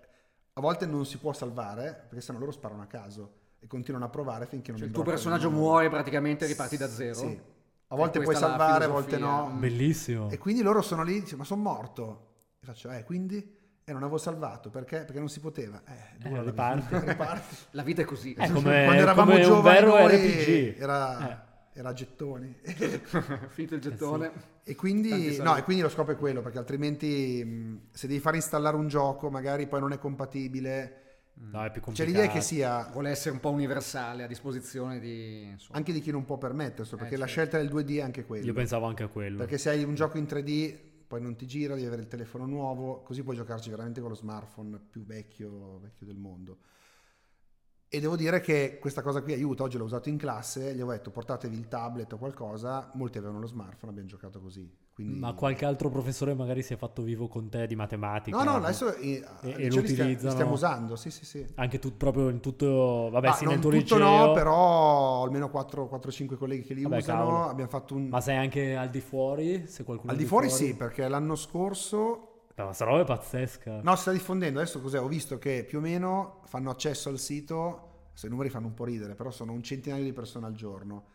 a volte non si può salvare, perché sennò loro sparano a caso e continuano a provare finché non
Cioè, il tuo
imbroccano
personaggio
nulla.
muore praticamente e riparti da zero.
Sì. A volte
E
puoi
questa è la
salvare, a volte
filosofia.
no.
Mm.
Bellissimo.
E quindi loro sono lì, dice, ma sono morto. E faccio, eh, quindi? E non avevo salvato, perché? Perché non si poteva. Eh, dura la vita, [LAUGHS]
riparti.
riparti.
La vita è così.
Eh, come,
Quando eravamo
come un
giovani
vero
noi
RPG.
era,
Eh.
era a gettoni.
[LAUGHS] Finito
Eh,
il gettone.
E
Tanti
quindi,
soldi.
no, e quindi lo scopo è quello, perché altrimenti mh, se devi far installare un gioco magari poi non è compatibile.
No, è più
Cioè
complicato.
l'idea è che sia
Vuole essere un po' universale, a disposizione di... insomma.
anche di chi non può permetterselo,
Eh,
perché la scelta
certo.
del 2D è anche quella.
Io pensavo anche a quello.
Perché se hai un gioco in 3D poi non ti gira, devi avere il telefono nuovo, così puoi giocarci veramente con lo smartphone più vecchio, vecchio del mondo. E devo dire che questa cosa qui aiuta, oggi l'ho usato in classe, gli ho detto portatevi il tablet o qualcosa, molti avevano lo smartphone, abbiamo giocato così. Quindi...
Ma qualche altro professore magari si è fatto vivo con te di matematica.
No, no, adesso eh,
e
al liceo li
lo
stia-
utilizzano?
li stiamo usando, sì, sì, sì.
Anche tu proprio in tutto... Vabbè,
Ma
sì,
non
nel tuo
tutto
liceo...
no, però almeno 4-5 colleghi che li
Vabbè,
usano,
cavolo.
abbiamo fatto un...
Ma sei anche al di fuori? Se qualcuno
Al di fuori sì, perché l'anno scorso
Beh, ma sta roba è pazzesca.
No, si sta diffondendo. Adesso cos'è? Ho visto che più o meno fanno accesso al sito. Se i numeri fanno un po' ridere, però sono un centinaio di persone al giorno.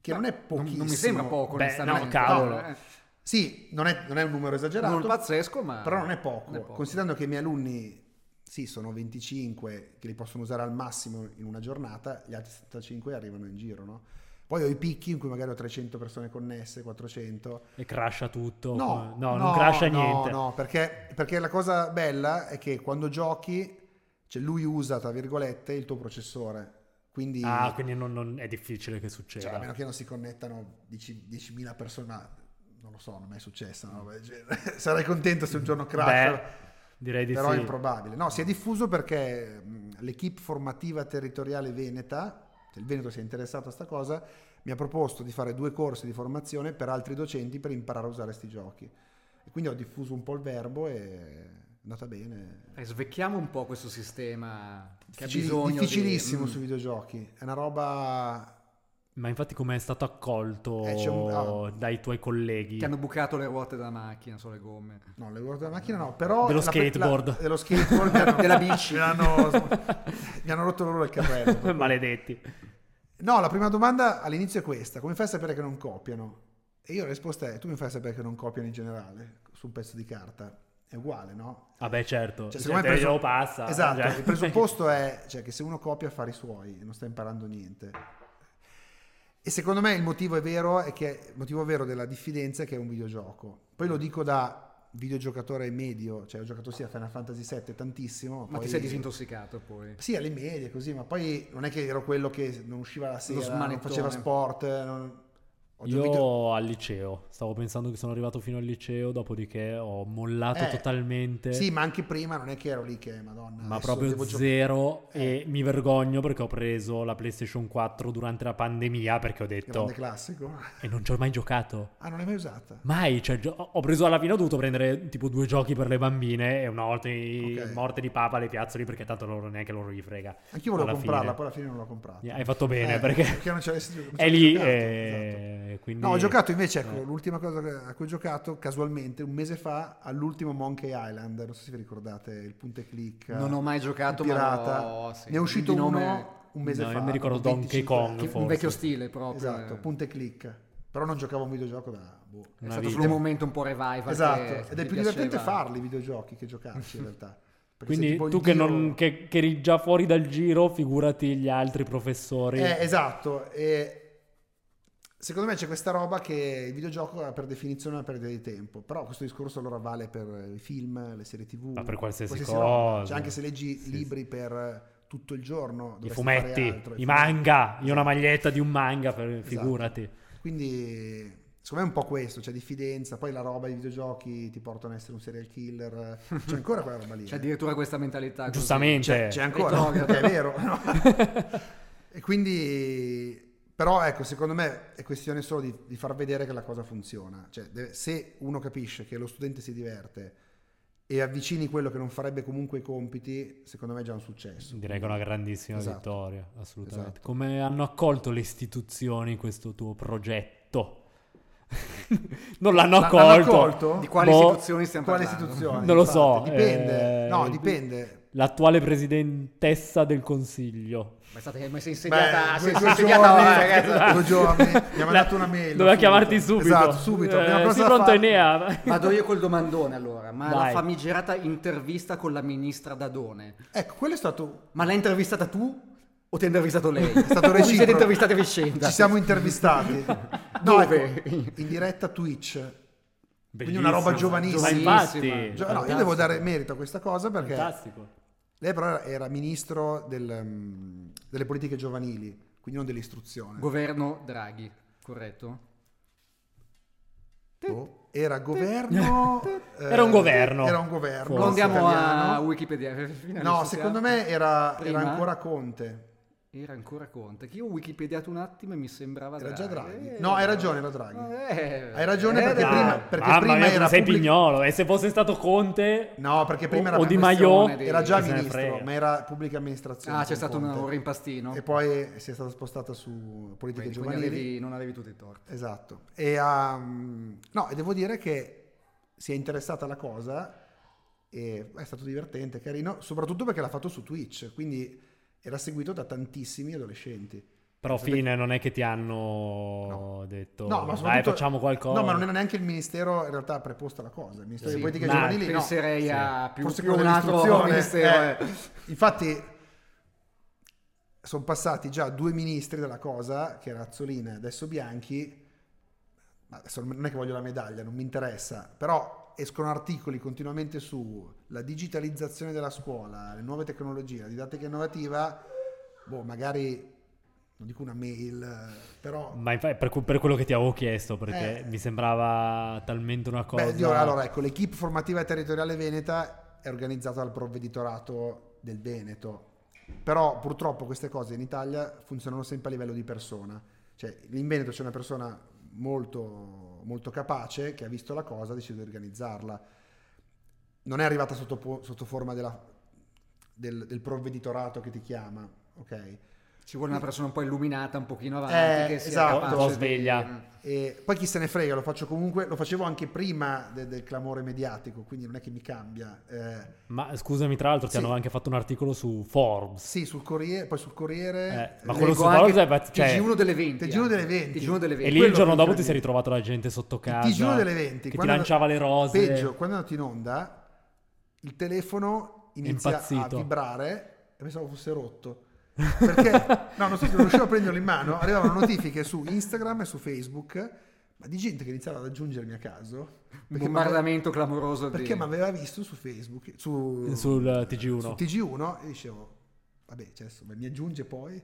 Che non è
Non-
pochissimo.
Non mi sembra poco,
Beh,
onestamente.
no, cavolo.
Eh,
Sì, non è, non è un numero esagerato.
Non pazzesco, ma...
Però non è poco. Considerando che i miei alunni, sì, sono 25 che li possono usare al massimo in una giornata, gli altri 75 arrivano in giro, no? Poi ho i picchi in cui magari ho 300 persone connesse, 400.
E crasha tutto.
No,
Oh, no, non crasha
no,
niente.
No, perché, perché la cosa bella è che quando giochi, cioè lui usa, tra virgolette, il tuo processore. Quindi,
Ah, quindi non, non- è difficile che
cioè, a meno
succeda.
che non si connettano 10 10.000 persone, ma non lo so, non mi è successo. no? Beh, cioè, [LAUGHS] sarei contento se un giorno
Beh,
crash,
direi di
però
sì.
è improbabile. No, si è diffuso perché mh, l'equipe formativa territoriale veneta, cioè il Veneto si è interessato a sta cosa, mi ha proposto di fare due corsi di formazione per altri docenti per imparare a usare questi giochi. E quindi ho diffuso un po' il verbo e è andata bene.
Eh, svecchiamo un po' questo sistema che ha
Difficili-
bisogno di-
difficilissimo
Mm.
sui videogiochi, è una roba...
Ma infatti come è stato accolto
Eh, c'è un- ah.
dai tuoi colleghi?
Ti hanno bucato le ruote della macchina, sono le gomme.
No, le ruote della macchina no, però...
Dello
la- la-
skateboard.
dello skateboard. mi hanno-
[LAUGHS]
[LAUGHS]
Della bici.
Mi hanno, mi hanno rotto loro il
[LAUGHS]
[LAUGHS]
carrello.
Maledetti.
No, la prima domanda all'inizio è questa: come fai a sapere che non copiano? E io la risposta è: tu mi fai sapere che non copiano in generale su un pezzo di carta. È uguale, no?
Vabbè certo,
Cioè,
cioè,
secondo me
te
preso-
lo passa.
Esatto,
cioè.
il presupposto è cioè, che se uno copia fa i suoi, non sta imparando niente. E secondo me il motivo è vero è che il motivo vero della diffidenza è che è un videogioco. Poi lo dico da videogiocatore medio, cioè ho giocato sia a Final Fantasy VII tantissimo,
Ma
poi-
ti sei disintossicato poi.
sì, alle medie così, ma poi non è che ero quello che non usciva la sera, non
smanettone.
faceva sport. non- Ho dormito-
[LAUGHS] Io al liceo, stavo pensando che sono arrivato fino al liceo, dopodiché ho mollato
Eh,
totalmente,
Sì, ma anche prima non è che ero lì che, madonna.
ma
adesso
proprio
devo gio-
zero
Eh.
e mi vergogno perché ho preso la PlayStation 4 durante la pandemia perché ho detto
Grande classico.
e non ci ho mai giocato.
Ah, non l'hai mai usata?
Mai, cioè, gio- ho preso alla fine, ho dovuto prendere tipo due giochi per le bambine e una volta i-
Ok.
morte di papa le piazzoli perché tanto loro neanche loro gli frega.
Anch'io volevo
Alla
comprarla,
fine.
poi alla fine non l'ho comprata.
Hai fatto bene
Eh,
perché,
non [LAUGHS] ci avessi giocato. non
è
ci
lì.
avevo giocato, esatto.
eh, quindi...
No, ho giocato invece, ecco,
eh.
l'ultima cosa che- a cui ho giocato casualmente un mese fa all'ultimo Monkey Island, non so se vi ricordate, il punte click.
Non ho mai giocato,
il eh. pirata.
ma l'ho- sì,
ne è uscito
di
uno
nome-
un mese
No,
fa.
io mi ricordo
tipo
Donkey
25
Kong,
anni.
che-
forse.
un vecchio stile proprio.
Esatto,
eh.
punte click. Però non giocavo a un videogioco da... boh.
È
Una
stato
vita.
solo un momento un po' revival.
Esatto,
che- che
ed è
mi
più divertente
piaceva.
farli i videogiochi che giocarci [LAUGHS] in realtà. Perché sei
Quindi
tipo,
tu che,
"Dio".
non, che, che eri già fuori dal giro, figurati gli altri professori.
Eh, esatto, e secondo me c'è questa roba che il videogioco è per definizione una perdita di tempo, però questo discorso allora vale per i film, le serie tv,
Ma per qualsiasi
roba.
cosa.
Cioè anche se leggi
Sì,
libri per tutto il giorno,
I
dovresti fare
fumetti,
altro, esatto.
i
fumetti.
manga. Io ho una maglietta di un manga, per-
Esatto.
figurati.
Quindi secondo me è un po' questo, c'è diffidenza, poi la roba dei videogiochi ti portano a essere un serial killer, c'è ancora quella roba lì.
C'è
eh.
addirittura questa mentalità. così. Cioè,
Giustamente.
C'è, c'è ancora,
Ritrogrado.
perché
[LAUGHS]
è vero. no? e quindi, però ecco, secondo me è questione solo di, di far vedere che la cosa funziona. Cioè, deve- se uno capisce che lo studente si diverte e avvicini quello che non farebbe comunque i compiti, secondo me è già un successo.
Direi che è una grandissima
Esatto.
vittoria, assolutamente.
Esatto.
Come hanno accolto le istituzioni questo tuo progetto? [LAUGHS] non l'hanno
L'hanno
accolto.
accolto?
Di quali
Boh.
istituzioni stiamo
Quale
parlando?
istituzione?
Non lo so,
infatti, Dipende.
eh,
no, dipende.
L'attuale presidentessa del consiglio.
Ma è stata che mi sei
Beh,
insediata, sei
due
insediata,
giorni,
[LAUGHS]
[LAUGHS]
vai, ragazzi.
due giorni, mi ha
La-
mandato una mail.
Doveva
subito.
chiamarti subito.
Esatto, subito.
Eh,
Prima
sei
cosa da
pronto
fare-
Enea?
Vado io col domandone allora, ma
Vai.
la famigerata intervista con la ministra Dadone,
Ecco, quello è stato
ma l'hai intervistata tu o ti ha intervistato lei?
[LAUGHS] È
[LAUGHS]
stato
O vi siete
reciproco.
intervistati a vicenda?
Ci siamo intervistati.
Dove?
ecco, in diretta Twitch. Quindi
Bellissimo.
una roba giovanissima.
Ma infatti,
Gio- no, io devo dare merito a questa cosa perché Eh,
fantastico.
lei però era- era ministro del, mm, delle politiche giovanili, quindi non dell'istruzione.
Governo Draghi, corretto?
Oh, Era governo... eh,
Era un governo.
Era un governo.
Forse.
Non andiamo a
Oh, italiano.
Wikipedia. [LAUGHS]
No, secondo me era, era
Prima?
ancora Conte.
Era ancora Conte, che io ho wikipediato un attimo e mi sembrava
Era già Draghi.
Eh,
No, hai ragione, era Draghi.
eh,
Hai ragione perché
dai.
prima- perché
Mamma
prima
mia, tu
era
sei
pubblic-
pignolo. E se fosse stato Conte,
No, perché prima
O-
era
o Di
questione
Maio.
di- era già
Chi se ne
ministro,
frega.
ma era pubblica amministrazione.
Ah, c'è
con
stato un,
Conte.
un rimpastino.
E poi si è stata spostata su politiche
Quindi, quindi
giovanili.
avevi, non avevi tutti i torti.
Esatto. E, ha, mm, no, e devo dire che si è interessata alla cosa e è stato divertente, carino, soprattutto perché l'ha fatto su Twitch, quindi era seguito da tantissimi adolescenti.
però fine non è che ti hanno detto dai,
soprattutto-
facciamo qualcosa.
No, ma non era neanche il ministero in realtà preposto alla cosa, il ministero
Sì,
delle politiche
ma
giovanili no.
Penserei a più,
Forse
più
quello
un altro
dell'istruzione,
ministero.
eh.
eh.
Infatti sono passati già due ministri dalla cosa, che era Azzolina e adesso Bianchi, ma adesso non è che voglio la medaglia, non mi interessa, però escono articoli continuamente sulla digitalizzazione della scuola, le nuove tecnologie, la didattica innovativa, boh, magari non dico una mail, eh, però...
Ma infatti, per, que- per quello che ti avevo chiesto, perché
Eh.
mi sembrava talmente una cosa.
Beh, io- allora, ecco, l'equipe formativa e territoriale veneta è organizzata dal provveditorato del Veneto, però purtroppo queste cose in Italia funzionano sempre a livello di persona. Cioè, in Veneto c'è una persona molto, molto capace che ha visto la cosa, ha deciso di organizzarla. Non è arrivata sotto, po- sotto forma della- del, del provveditorato che ti chiama, ok?
Ci vuole una persona un po' illuminata, un pochino avanti.
Eh,
che sia
esatto.
capace
Un po'
di-
sveglia.
Mm.
E poi chi se ne frega, lo faccio comunque, lo facevo anche prima de- del clamore mediatico, quindi non è che mi cambia. Eh,
Ma scusami, tra l'altro, ti
Sì.
hanno anche fatto un articolo su Forbes.
sì, sul Corriere, poi sul Corriere...
Eh, ma
eh,
quello
Leggo
su
anche
Forbes è bat- cioè-
TG1 delle 20.
TG1 delle 20.
TG1 delle 20.
E lì il
quello
giorno
è
dopo ti sei
incredibile.
ritrovato la gente sotto
Il
casa.
TG1 delle 20.
Che ti
quando-
lanciava le rose.
Peggio, quando è andato in onda, il telefono inizia a
impazzito.
vibrare e pensavo fosse rotto.
[LAUGHS]
Perché no, non so se non riuscivo a prenderlo in mano, arrivavano notifiche su Instagram e su Facebook, ma di gente che iniziava ad aggiungermi a caso.
Un
Perché m'ave-
bombardamento clamoroso.
perché mi
di...
aveva visto su Facebook, su,
Sul TG1.
su TG1 e dicevo, vabbè, cioè, insomma, mi aggiunge poi.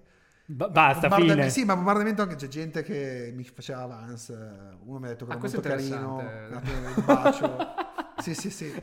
Ba- basta,
Bombardamento-
fine.
Sì, ma bombardamento anche c'è gente che mi faceva avance. eh, Uno mi ha detto che
Ah,
era
questo
molto
è
carino,
interessante.
mi ha dato un bacio. sì, sì, sì.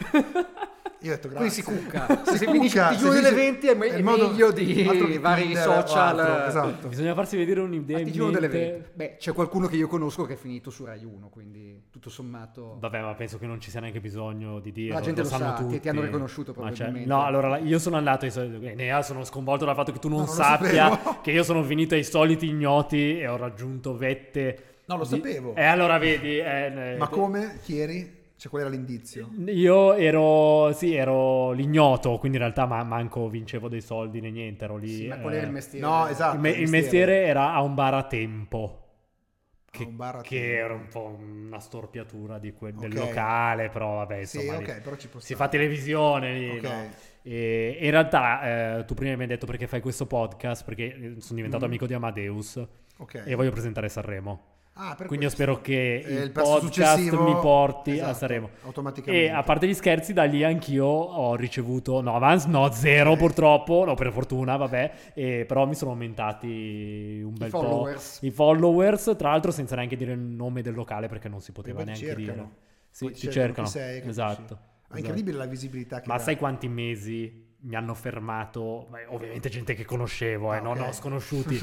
Io ho detto grazie.
Qui si cucca.
Si
Se mi dici
cucca,
TG1
se dici-
delle 20 è me-
il
è
modo-
meglio di
altro che
vari
Tinder o
social.
altro, esatto.
[LAUGHS] Bisogna farsi vedere un'idea
Ah,
in
TG1 delle
mente.
20. Beh, c'è qualcuno che io conosco che è finito su Rai 1, quindi tutto sommato...
Vabbè, ma penso che non ci sia neanche bisogno di dirlo.
La gente lo
sanno
sa, ti-
tutti.
ti hanno riconosciuto
Ma cioè-
probabilmente.
no, allora la- io sono andato ai soliti. eh, Nea, sono sconvolto dal fatto che tu non
No, non lo
sappia [LAUGHS]
sapevo.
che io sono finito ai soliti ignoti e ho raggiunto vette.
No, lo
di-
sapevo.
E allora vedi. eh, eh,
Ma
te-
come ieri? Cioè, qual era l'indizio?
Io ero, sì, ero l'ignoto, quindi in realtà ma- manco vincevo dei soldi né niente, ero lì.
Sì, ma qual era
eh,
il mestiere?
No, esatto.
il, me- il mestiere era a un bar a tempo. Che,
Ah, un bar a
che
tempo.
era un po' una storpiatura di que- del
Ok.
locale, però vabbè,
Sì,
insomma, lì-
ok, però ci può
si fa
stare.
televisione lì,
Ok.
no? E, e in realtà eh, tu prima mi hai detto perché fai questo podcast, perché eh, sono diventato
Mm.
amico di Amadeus
Ok.
e voglio presentare Sanremo.
Ah, per
Quindi io
questo.
spero che
Eh,
il,
il passo
podcast
successivo-
mi porti a
esatto,
Sanremo.
automaticamente.
E a parte gli scherzi, da lì anch'io ho ricevuto, no, avance, no, zero purtroppo, no, per fortuna, vabbè, e, però mi sono aumentati un bel po'
followers.
i followers, tra l'altro senza neanche dire il nome del locale perché non si poteva
Poi ti
neanche
cercano.
dire. Sì,
Poi
ti
ti
cercano.
cercano chi sei, capisci?
esatto.
Ma è incredibile la visibilità che
Ma
dà.
sai quanti mesi mi hanno fermato? Beh, ovviamente gente che conoscevo, eh,
Ah,
no,
ok.
no,
[LAUGHS]
sconosciuti.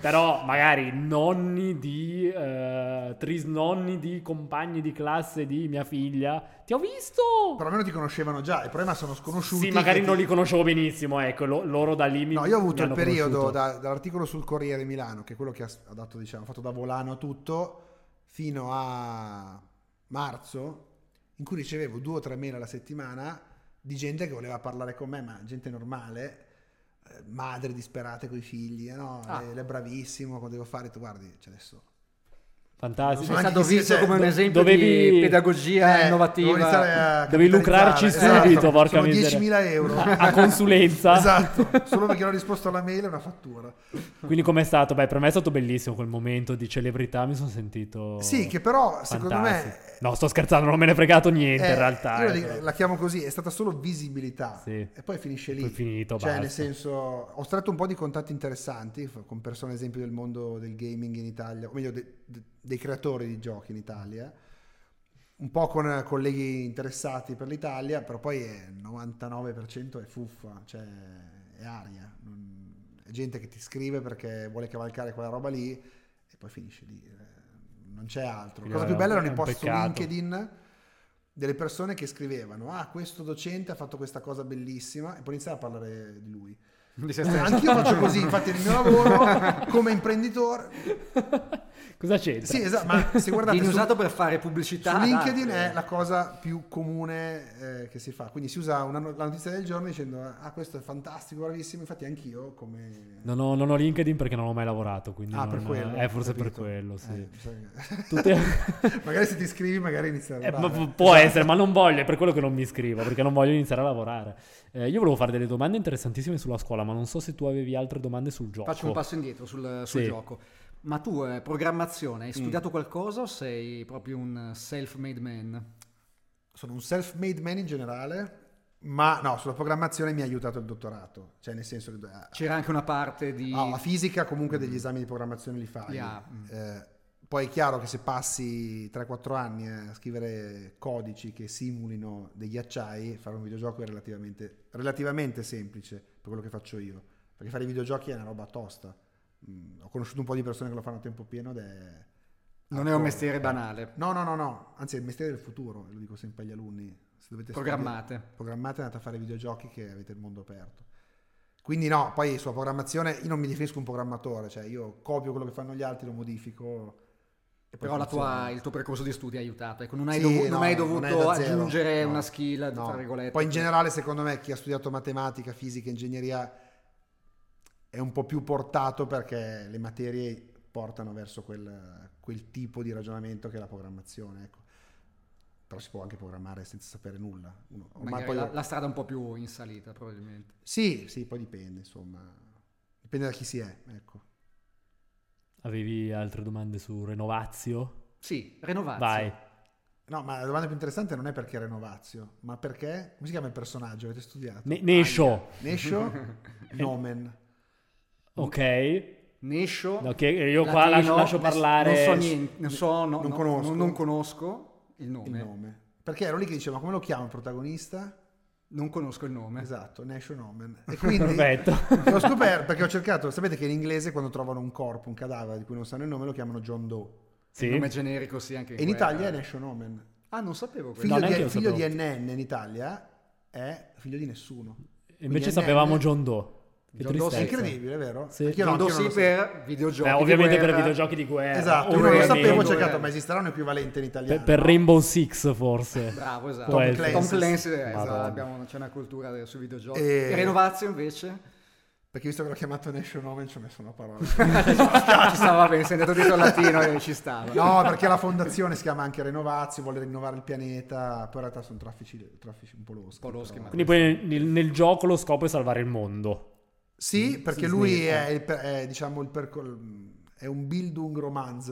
Però magari nonni di eh, trisnonni di compagni di classe di mia figlia. Ti ho visto!
Però almeno ti conoscevano già, il problema sono sconosciuti.
Sì, magari
che
non
ti-
li conoscevo benissimo, ecco, lo- loro da lì mi
No, io ho
mi
avuto il
hanno
periodo
conosciuto.
da- dall'articolo sul Corriere Milano, che è quello che ha, ha dato, diciamo, fatto da volano a tutto, fino a marzo, in cui ricevevo due o tre mail alla settimana di gente che voleva parlare con me, ma gente normale, eh, madri disperate con i figli, eh, no,
Ah.
lei è bravissimo, cosa devo fare? Tu guardi, cioè adesso...
Fantastico.
Non
Sei
so
stato
anche chi
visto
sei,
come un
do-
esempio
dovevi-
di pedagogia
Eh, devo iniziare
innovativa.
a
Devi
capitalizzare. Eh,
lucrarci subito, porca
sono
miseria.
10.000 euro.
[LAUGHS] A- a consulenza.
[LAUGHS] esatto, solo perché non ho risposto alla mail è una fattura.
Oh, Quindi com'è stato? Beh, per me è stato bellissimo quel momento di celebrità, mi sono sentito...
Sì, che però secondo
fantastico.
me
No, sto scherzando, non me ne è fregato niente
Eh,
in realtà.
Io
eh,
la-
però.
la chiamo così, è stata solo visibilità.
Sì.
E poi finisce lì.
Poi è finito,
Cioè,
basta.
nel senso, ho stretto un po' di contatti interessanti f- con persone, ad esempio, del mondo del gaming in Italia, o meglio, de- de- dei creatori di giochi in Italia. Un po' con eh, colleghi interessati per l'Italia, però poi eh, il 99% è fuffa, cioè è aria. Non- È gente che ti scrive perché vuole cavalcare quella roba lì e poi finisce lì. Eh, Non c'è altro. La
Quindi
cosa
è
più bella
un-
erano i
è un
post su
peccato.
LinkedIn delle persone che scrivevano: Ah, questo docente ha fatto questa cosa bellissima, e poi iniziava a parlare di lui. Cioè,
Di se stesso.
Anch'io faccio così, infatti,
[LAUGHS]
nel
[LAUGHS]
mio lavoro come imprenditore.
Cosa c'entra?
Sì, esatto, ma se guardate
Viene
su,
usato per fare pubblicità.
su
ad
LinkedIn
altri.
è la cosa più comune eh, che si fa. Quindi si usa una no- la notizia del giorno dicendo: Ah, questo è fantastico, bravissimo. Infatti, anch'io come.
Non ho, non ho LinkedIn perché non ho mai lavorato, quindi...
Ah, per
non-
quello.
Eh, forse
capito.
per quello, sì.
Eh, bisogna-
[LAUGHS]
[LAUGHS]
Tutte-
magari se ti iscrivi, magari inizia a
Eh, ma
lavorare.
pu- può essere, ma non voglio, è per quello che non mi iscrivo, perché non voglio iniziare a lavorare. Eh, io volevo fare delle domande interessantissime sulla scuola, ma non so se tu avevi altre domande sul gioco.
Faccio un passo indietro sul, sul
Sì.
gioco. Ma tu, eh, programmazione, hai studiato qualcosa o sei proprio un self-made man?
sono un self-made man in generale, ma no, sulla programmazione mi ha aiutato il dottorato, cioè nel senso che eh,
C'era anche una parte di...
ah, la fisica comunque
Mm.
degli esami di programmazione li fai.
Li ha, mm.
Eh, poi è chiaro che se passi 3-4 anni a scrivere codici che simulino degli acciai, fare un videogioco è relativamente, relativamente semplice per quello che faccio io, perché fare i videogiochi è una roba tosta. mh, ho conosciuto un po' di persone che lo fanno a tempo pieno ed è...
Non è un mestiere banale.
No, no, no, no, anzi è il mestiere del futuro, lo dico sempre agli alunni. Se dovete studiare-
Programmate.
programmate andate a fare videogiochi che avete il mondo aperto. Quindi no, poi sulla programmazione io non mi definisco un programmatore, cioè io copio quello che fanno gli altri, lo modifico. E poi
Però la
funziona.
tua- il tuo percorso di studi ha aiutato. Ecco, non hai,
Sì,
dovu-
no, eh,
non hai
non
dovuto
è da zero,
aggiungere
no,
una skill,
no.
tra virgolette.
Poi in generale secondo me chi ha studiato matematica, fisica, ingegneria è un po' più portato perché le materie portano verso quel, quel tipo di ragionamento che è la programmazione. Ecco. Però si può anche programmare senza sapere nulla. Uno- ormai
Magari
poi-
la, la strada è un po' più in salita, probabilmente.
Sì, sì, poi dipende, insomma. Dipende da chi si è, ecco.
Avevi altre domande su Renovazio?
Sì, rinnovarsi.
Vai.
No, ma la domanda più interessante non è perché Renovazio, ma perché... Come si chiama il personaggio? Avete studiato?
Ne- Nesho.
[LAUGHS]
Nesho Nomen.
Ok.
Nescio.
No, che io qua lascio, lascio parlare.
Non so niente, non, so, no,
Non
no,
conosco.
non- non conosco il nome.
Il nome. Perché ero lì che diceva, come lo chiama il protagonista?
Non conosco il nome.
Esatto, Nesho Nomen. E quindi
Perfetto.
l'ho scoperto perché ho cercato, sapete che in inglese quando trovano un corpo, un cadavere di cui non sanno il nome, lo chiamano John Doe.
Sì.
Il nome generico sì anche
E in
guerra.
Italia è Nesho Nomen.
Ah, non sapevo questo.
Figlio,
neanche
di,
io
figlio di
sapevo.
NN in Italia è figlio di nessuno. Quindi
Invece
è
sapevamo
NN.
John Doe. Che
John Doe
È
tristezza.
incredibile, vero?
Sì.
Anch'io no,
John Doe
anch'io non
sì
lo sapevo.
per videogiochi.
Beh,
di
ovviamente per Oh,
guerra.
videogiochi di guerra.
Esatto,
o
io non lo
romanzi.
sapevo, ho
Ovviamente.
cercato, ma esisterà un equivalente in italiano?
Per, per Rainbow Six forse.
Bravo, esatto.
Tom
Tom
Clancy.
Clancy, eh, esatto,
Madonna.
abbiamo- c'è una cultura del- sui videogiochi.
E-
E... Renovazio invece? [LAUGHS]
Perché visto che l'ho chiamato Nation Nomen ci ho messo una parola.
ci stava bene, sei andato dietro al latino e ci stava. [LAUGHS]
No, perché la fondazione si chiama anche Renovazio, vuole rinnovare il pianeta, poi in realtà sono traffici, traffici un po' loschi.
Un po' loschi,
però.
ma-
Quindi poi nel, nel gioco lo scopo è salvare il mondo.
Sì, perché
si
lui
smetta.
è, il per- è, diciamo, il percor- è un Bildung Romanz,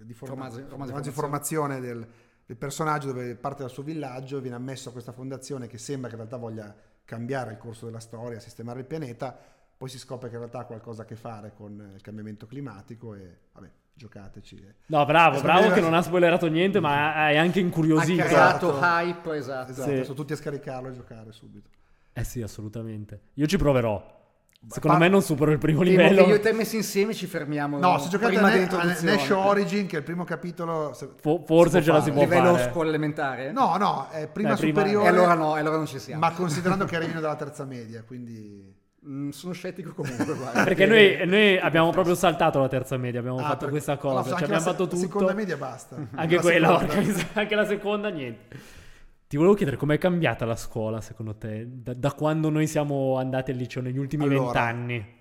di forma-
Romanzo- romanzo di
romanzo di formazione del, del personaggio dove parte dal suo villaggio e viene ammesso a questa fondazione che sembra che in realtà voglia cambiare il corso della storia, sistemare il pianeta, poi si scopre che in realtà ha qualcosa a che fare con eh, il cambiamento climatico e vabbè, giocateci. eh.
No, bravo,
Esatto.
bravo che non ha spoilerato niente, ma hai anche
ha
incuriosito.
creato
Esatto.
hype, esatto.
Esatto,
Sì.
sono tutti a scaricarlo e a giocare subito.
Eh sì, assolutamente. Io ci proverò. Secondo
Par-
me non supero il primo
Temo che io e
livello.
te messi insieme ci fermiamo.
No, se giocate
prima
a, Ne- a
dell'introduzione.
Nash Origin, che è il primo capitolo... se-
Fo- forse
si
ce
può
la
fare.
si può
Ah, Livello
fare.
scuola elementare?
No, no, è prima
Eh, prima-
superiore.
E allora no, e allora non ci siamo.
Ma considerando che arrivino dalla terza media, quindi...
Mm,
[LAUGHS]
sono scettico comunque, guarda.
Perché noi, noi abbiamo proprio saltato la terza media, abbiamo
Ah,
fatto
perché-
questa
no,
cosa,
anche
ci
la
abbiamo
se-
fatto
Seconda
tutto.
media basta.
Anche
La
quella,
seconda.
organizz- [LAUGHS] anche la seconda, niente. Ti volevo chiedere com'è cambiata la scuola, secondo te, da, da quando noi siamo andati al liceo negli ultimi
Allora.
vent'anni?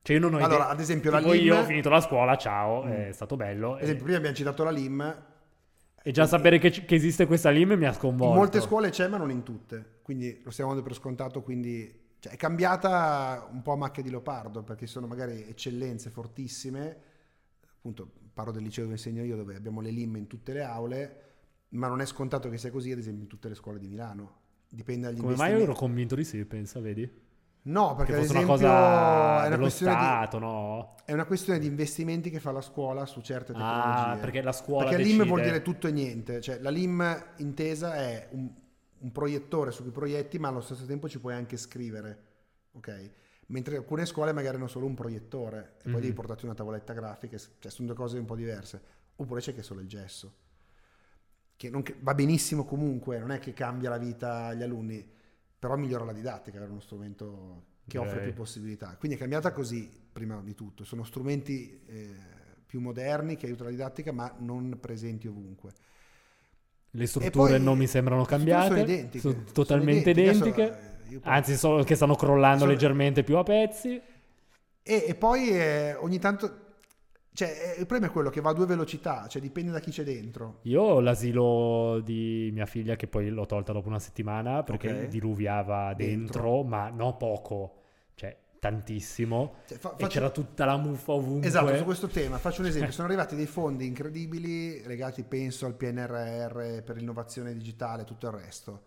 Cioè io non ho
Allora,
idea.
ad esempio, la
Tipo, io ho
LIM...
finito la scuola, ciao,
Mm.
è stato bello.
Ad esempio,
E,
prima abbiamo citato la LIM.
e già sapere che, ci- che esiste questa LIM mi ha
In
sconvolto.
molte scuole c'è, ma non in tutte. Quindi lo stiamo dando per scontato, quindi... Cioè, è cambiata un po' a macchia di leopardo, perché ci sono magari eccellenze fortissime. Appunto, parlo del liceo dove insegno io, dove abbiamo le LIM in tutte le aule, ma non è scontato che sia così, ad esempio, in tutte le scuole di Milano. Dipende dagli
Come mai io
investimenti.
ero convinto di sì, pensa, vedi?
No, perché
Che
ad
fosse
esempio
una cosa
è, una
dello
questione di,
Stato, no?
è una questione di investimenti che fa la scuola su certe tecnologie.
Ah, perché la scuola
Perché
decide.
LIM vuol dire tutto e niente, cioè la LIM intesa è un, un proiettore su cui proietti, ma allo stesso tempo ci puoi anche scrivere, ok? Mentre alcune scuole magari hanno solo un proiettore e poi
Mhm.
devi portarti una tavoletta grafica, cioè sono due cose un po' diverse. Oppure c'è che è solo il gesso, che, non che- va benissimo comunque, non è che cambia la vita agli alunni, però migliora la didattica, avere uno strumento che offre
Ok.
più possibilità. Quindi è cambiata così prima di tutto, sono strumenti eh, più moderni che aiutano la didattica ma non presenti ovunque.
Le
E
strutture
poi-
non mi sembrano
le strutture
cambiate,
Sono identiche.
sono
sono
totalmente
identiche.
identiche,
Adesso, eh, io poi-
anzi solo che stanno crollando
Sono-
leggermente più a pezzi.
E, e poi eh, ogni tanto... Cioè, eh, il problema è quello che va a due velocità, cioè dipende da chi c'è dentro.
Io ho l'asilo di mia figlia, che poi l'ho tolta dopo una settimana perché
Ok.
diluviava dentro,
Dentro.
ma no poco, cioè tantissimo.
Cioè, fa-
E
faccio-
c'era tutta la muffa ovunque.
Esatto, su questo tema faccio un esempio. Sono arrivati dei fondi incredibili legati, penso, al PNRR per l'innovazione digitale e tutto il resto.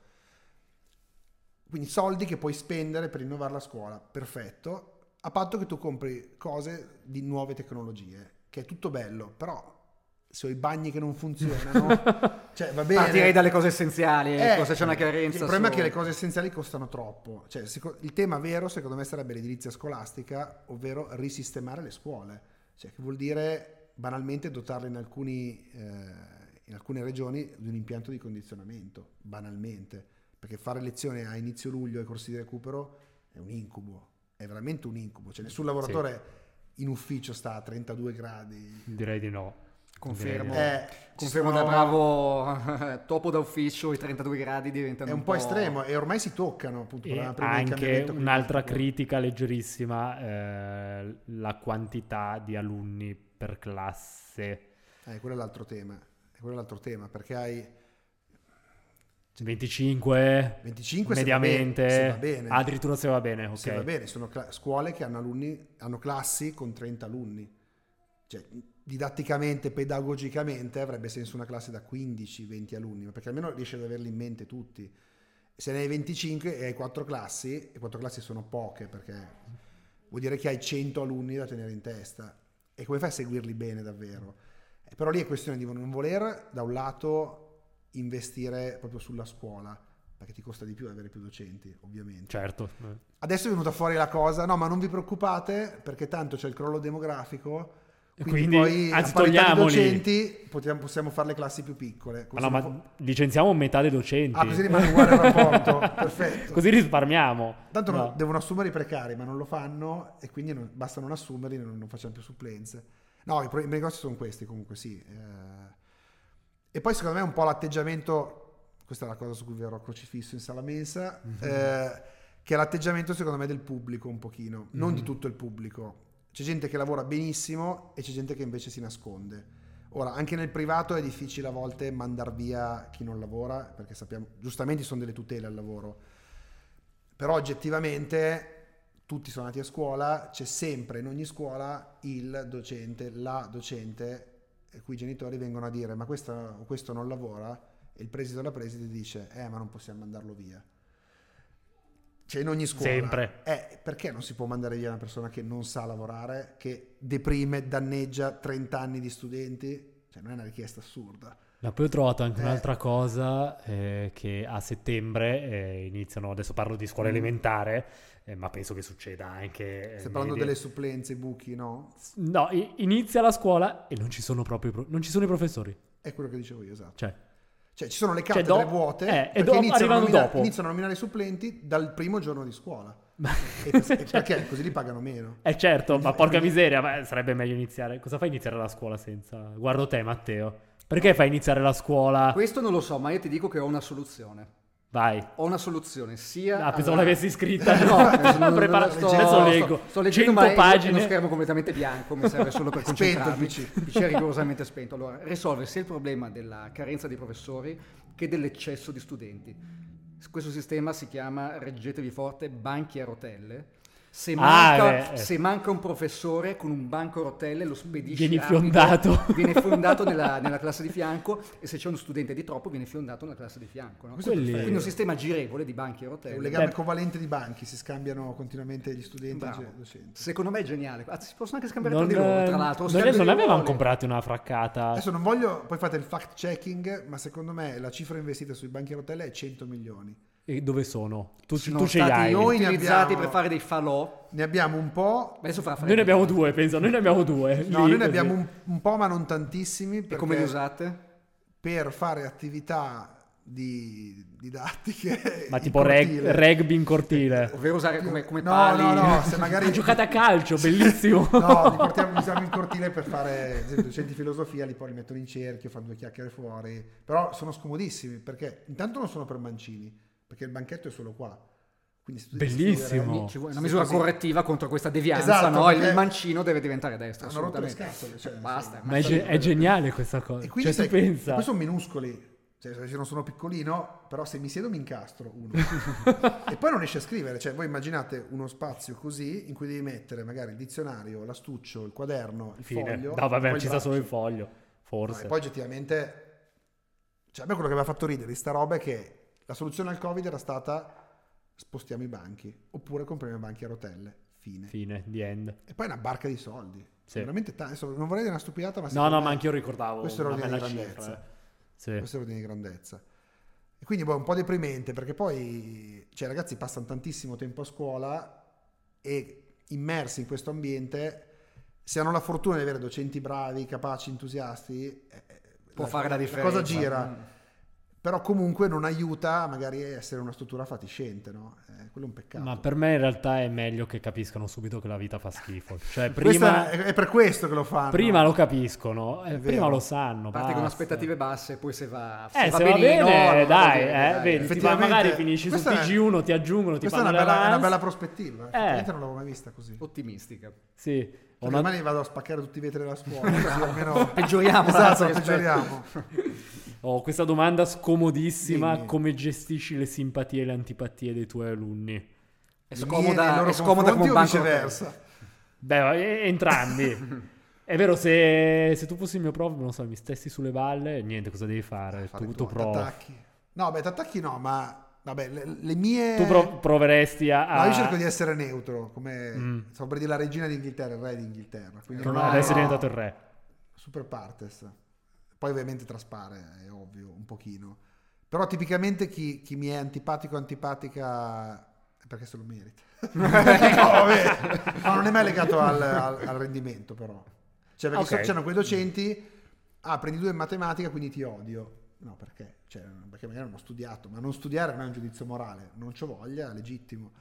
Quindi soldi che puoi spendere per innovare la scuola, perfetto, a patto che tu compri cose di nuove tecnologie, che è tutto bello, però se ho i bagni che non funzionano, cioè va bene.
Partirei Ah, dalle cose essenziali,
Eh,
ecco, se c'è una carenza.
Il problema è
su-
che le cose essenziali costano troppo. Cioè, seco- il tema vero, secondo me, sarebbe l'edilizia scolastica, ovvero risistemare le scuole. Cioè, che vuol dire banalmente dotarle in, alcuni, eh, in alcune regioni di un impianto di condizionamento, banalmente. Perché fare lezione a inizio luglio ai corsi di recupero è un incubo, è veramente un incubo. Cioè, nessun lavoratore in ufficio sta a 32 gradi.
Direi di no.
Confermo.
Direi
Eh, ci
Confermo da
sono-
bravo [LAUGHS] topo da ufficio, i 32 gradi diventano
È un po' estremo e ormai si toccano appunto.
di no.
parlavamo
E
prima del
Eh, anche
cambiamento
un'altra
climatico.
critica leggerissima, eh, la quantità di alunni per classe.
Eh, quello è l'altro tema. È quello è l'altro tema perché hai
25
25 se va bene-
mediamente.
se va bene.
Ah, addirittura se va bene, ok.
Se va bene, sono cla- scuole che hanno, alunni, hanno classi con 30 alunni. Cioè, didatticamente, pedagogicamente avrebbe senso una classe da 15-20 alunni, ma perché almeno riesci ad averli in mente tutti. Se ne hai 25 e hai 4 classi, e 4 classi sono poche perché vuol dire che hai 100 alunni da tenere in testa. E come fai a seguirli bene davvero? Eh, Però lì è questione di non voler, da un lato, investire proprio sulla scuola, perché ti costa di più avere più docenti, ovviamente.
Certo.
Adesso è venuta fuori la cosa, no, ma non vi preoccupate perché tanto c'è il crollo demografico. Quindi,
Quindi,
poi
anzi,
a parità di
togliamoli.
docenti potiamo- possiamo fare le classi più piccole. Così
Ma Ah, no,
non
ma licenziamo metà dei docenti.
Ah, così rimane uguale il
[LAUGHS]
rapporto, perfetto.
Così risparmiamo.
fa- Tanto non-
No.
devono assumere i precari, ma non lo fanno e quindi non- basta non assumerli, non, non facciamo più supplenze. No, i problemi grossi sono questi comunque, sì. eh. E poi secondo me un po' l'atteggiamento, questa è la cosa su cui verrò crocifisso in sala mensa,
Mhm.
eh, che è l'atteggiamento secondo me del pubblico un pochino, non
Mhm.
di tutto il pubblico. C'è gente che lavora benissimo e c'è gente che invece si nasconde. Ora, anche nel privato è difficile a volte mandar via chi non lavora, perché sappiamo, giustamente ci sono delle tutele al lavoro, però oggettivamente tutti sono andati a scuola, c'è sempre in ogni scuola il docente, la docente, e cui i genitori vengono a dire ma questa, o questo non lavora e il preside o la preside dice eh ma non possiamo mandarlo via. Cioè in ogni scuola.
Sempre.
Eh, perché non si può mandare via una persona che non sa lavorare, che deprime, danneggia 30 anni di studenti? Cioè non è una richiesta assurda.
Ma poi ho trovato anche
Eh.
un'altra cosa eh, che a settembre eh, iniziano, adesso parlo di scuola
Mm.
elementare, eh, ma penso che succeda anche... eh,
Stai parlando
medie.
delle supplenze, i buchi, no?
No, i- inizia la scuola e non ci sono proprio i pro- non ci sono i professori.
È quello che dicevo io, esatto.
Cioè, [LAUGHS]
Cioè, ci sono le
Cioè,
cattedre
do-
vuote
eh, e
perché
do-
iniziano, a
arrivano
nomina-
dopo.
iniziano a nominare i supplenti dal primo giorno di scuola.
ma-
E per-
[LAUGHS]
e
cioè-
perché? Così li pagano meno.
Eh certo, ma
Quindi-
porca
[LAUGHS] quindi-
miseria, ma sarebbe meglio iniziare. Cosa fai iniziare la scuola senza... Guardo te, Matteo. Perché fai iniziare la scuola?
Questo non lo so, ma io ti dico che ho una soluzione.
Vai.
Ho una soluzione sia...
Ah, pensavo
alla-
l'avessi
[LAUGHS]
iscritta.
No,
No,
non- non-
[LAUGHS] Prepara-
non- sto,
adesso
sto-
leggo.
sto
100
leggendo ma pagine.
pagine.
uno schermo completamente bianco, mi serve solo
[LAUGHS]
per
Spento il
concentrarmi.
PC.
Il PC è rigorosamente spento. Allora, risolve sia il problema della carenza di professori che dell'eccesso di studenti. Questo sistema si chiama, reggetevi forte, banchi a rotelle. Se
Ah,
manca,
beh, eh.
se manca un professore con un banco a rotelle lo spedisce
Vieni
rapido,
fiondato.
[LAUGHS]
[LAUGHS]
viene fiondato nella, nella classe di fianco e se c'è uno studente di troppo viene fiondato nella classe di fianco. no?
Quelli-
Quindi un sistema girevole di banchi
È
a
Cioè, un
rotelle.
legame
Beh.
covalente di banchi, si scambiano continuamente gli studenti e
Bravo.
i docenti.
Secondo me è geniale. Anzi, si possono anche scambiare
Non,
tra di loro,
eh,
tra l'altro.
non,
Scambio
ne- non
di
ne avevamo
ruoli.
comprati una fraccata.
Adesso non voglio, poi fate il fact checking, ma secondo me la cifra investita sui banchi a rotelle è 100 milioni.
E dove sono? Tu, ci-
Sono
tu ce li
stati
hai.
noi-
Noi,
ne
utilizzati
abbiamo-
per fare dei falò.
Ne abbiamo un po',
Ma Adesso fa
ne abbiamo due, penso. Noi ne abbiamo due.
no,
lì,
noi ne
così.
abbiamo un, un po', ma non tantissimi.
E come li
perché-
usate?
Per fare attività di, didattiche.
Ma
[LAUGHS] in
tipo reg-
cortile.
ragby in cortile.
Ovvero usare come, come
no,
pali.
no,
[LAUGHS]
no, se magari
Ha giocato a calcio, bellissimo.
[LAUGHS]
[LAUGHS]
No, li portiamo usiamo in cortile per fare, ad esempio, docenti di filosofia, li poi li mettono in cerchio, fanno due chiacchiere fuori, però sono scomodissimi perché intanto non sono per mancini, perché il banchetto è solo qua. Quindi se tu devi
Bellissimo.
scrivere-
Ci vuole una misura
Così.
correttiva contro questa devianza,
Esatto,
no? Il
perché-
mancino deve diventare destro.
Hanno rotto le
assolutamente.
scatole, cioè,
Basta.
Ma è, ge- è geniale questa cosa.
E
Cioè,
quindi
tu
sai-
pensa.
e poi sono minuscoli, cioè se non sono piccolino, però se mi siedo mi incastro
[LAUGHS]
uno. e poi non riesci a scrivere, cioè voi immaginate uno spazio così in cui devi mettere magari il dizionario, l'astuccio, il quaderno, il
Fine.
foglio.
no, vabbè,
poi il
ci sta solo il
braccio.
foglio.
No,
Forse.
e poi oggettivamente, cioè a me quello che mi ha fatto ridere di sta roba è che la soluzione al Covid era stata spostiamo i banchi, oppure compriamo i banchi a rotelle, fine. Ah,
Fine, the end.
E poi è una barca di soldi.
Sì.
Veramente ta- adesso non vorrei dire una stupidata, ma
No,
secondo
no,
me
ma anche io ricordavo
Questo era
una
l'ordine
bella
di
cifra.
grandezza.
eh. Sì.
Questo è l'ordine di grandezza. E quindi boh, è un po' deprimente perché poi cioè, i ragazzi passano tantissimo tempo a scuola e immersi in questo ambiente, se hanno la fortuna di avere docenti bravi, capaci, entusiasti, eh, eh,
Può fare la differenza.
cosa gira.
Mm.
Però comunque non aiuta magari a essere una struttura fatiscente, no? Eh, quello è un peccato.
Ma per me in realtà è meglio che capiscano subito che la vita fa schifo.
[LAUGHS]
Cioè,
Questa
prima,
è è per questo che lo fanno.
prima lo capiscono, eh,
È
prima
vero.
lo sanno.
Parte con
basta.
aspettative basse, poi se va,
Eh,
va
se va bene,
benino, no, no, va
dai,
bene,
eh,
dai.
vedi, ti fa-
Effettivamente,
magari finisci su
questa è-
TG1, ti aggiungono, ti
Questa è
fanno Eh.
una bella, è una
l'avance.
bella prospettiva. Effettivamente non l'avevo mai vista così.
Ottimistica.
Sì, ho
Perché
una-
domani vado a spaccare tutti i vetri della scuola. così almeno...
Peggioriamo,
Esatto,
razza, che
peggioriamo.
ho questa domanda scomodissima,
Dimmi.
come gestisci le simpatie e le antipatie dei tuoi alunni?
È
Le mie
scomoda,
nei loro
è scomoda
confronti
come un
o
banco
viceversa.
Beh, eh,
[LAUGHS]
entrambi. È vero, se, se tu fossi il mio prof, non so, mi stessi sulle valle, niente, cosa devi fare?
Fare
tu,
tuo,
tu prov-
t'attacchi. No, beh, t'attacchi no, ma vabbè, le, le mie...
tu pro- proveresti a...
No,
a-
io cerco di essere neutro, come
Mm.
stavo per dire la regina d'Inghilterra, il re d'Inghilterra. Quindi
Non-
non-
adesso è diventato il re.
Super partes. Poi ovviamente traspare, è ovvio, un pochino. Però tipicamente chi, chi mi è antipatico o antipatica è perché se lo merita. no, vabbè. Ma non è mai legato al, al- al rendimento però. Cioè perché
Ok.
so- c'erano quei docenti, ah prendi due in matematica quindi ti odio. No perché? Cioè, perché magari non ho studiato, ma non studiare non è un giudizio morale, non c'ho voglia, è legittimo.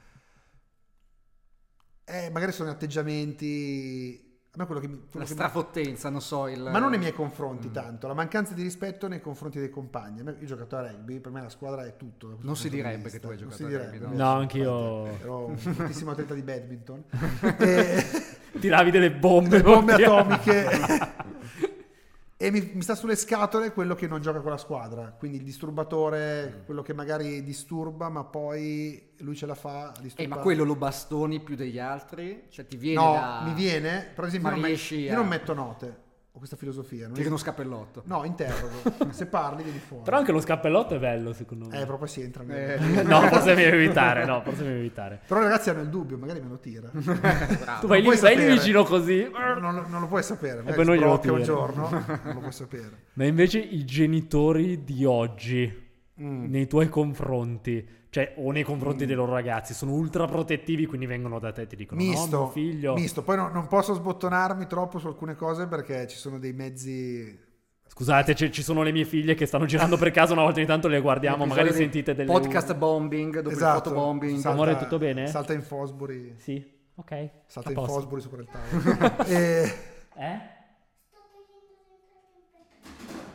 Eh, magari sono atteggiamenti... A me quello che mi...
La
quello che mi-
strafottenza, non so, il...
ma non nei miei confronti
Mm.
tanto, la mancanza di rispetto nei confronti dei compagni. A me- Io ho giocato a rugby, per me la squadra è tutto. da questo
Non si
punto di
direbbe
vista.
che tu hai
Non
giocato
si
a
direbbe,
rugby,
invece,
no.
No, anch'io-
Ero un fortissimo atleta di
[LAUGHS]
badminton. e...
Tiravi delle bombe,
Le bombe
proprio. [LAUGHS]
atomiche.
[LAUGHS]
e mi, mi sta sulle scatole quello che non gioca con la squadra. Quindi il
Mm.
disturbatore, quello che magari disturba, ma poi lui ce la fa a
Eh,
disturbare.
ma quello lo bastoni più degli altri? Cioè ti viene
No,
da...
mi viene, per esempio,
Ma
io non, me-
riesci
io
a-
non metto note. Ho questa filosofia. non
Tira uno scappellotto.
[LAUGHS]
No, interrogo. Se parli, vieni fuori.
Però anche lo scappellotto è bello, secondo me.
Eh, proprio si entra.
Eh.
[LAUGHS] No, forse mi devi evitare, no, forse mi devi evitare.
[LAUGHS] Però i ragazzi hanno il dubbio, magari me lo
[LAUGHS]
tira.
Eh, Bravo.
Tu vai
Ah, puoi
lì, vai lì
sapere.
vicino così.
Non, lo- non lo puoi sapere. magari
poi noi glielo
sbrocca un
tira.
giorno, non
[LAUGHS]
lo puoi sapere.
Ma invece i genitori di oggi,
[LAUGHS] Mm.
nei tuoi confronti, cioè o nei confronti dei loro ragazzi, sono ultra protettivi, quindi vengono da te e ti dicono:
Misto,
No, mio figlio.
misto. Poi no- non posso sbottonarmi troppo su alcune cose perché ci sono dei mezzi.
Scusate, ci- ci sono le mie figlie che stanno girando per casa una volta ogni tanto le guardiamo,
Episodio
magari
di
sentite delle
Podcast bombing, dopo
Esatto.
il photobombing.
Sa- Amore, tutto bene?
Salta in Fosbury.
Sì, ok.
Salta
a
in
posto. [LAUGHS]
Fosbury sopra il tavolo. e...
Eh?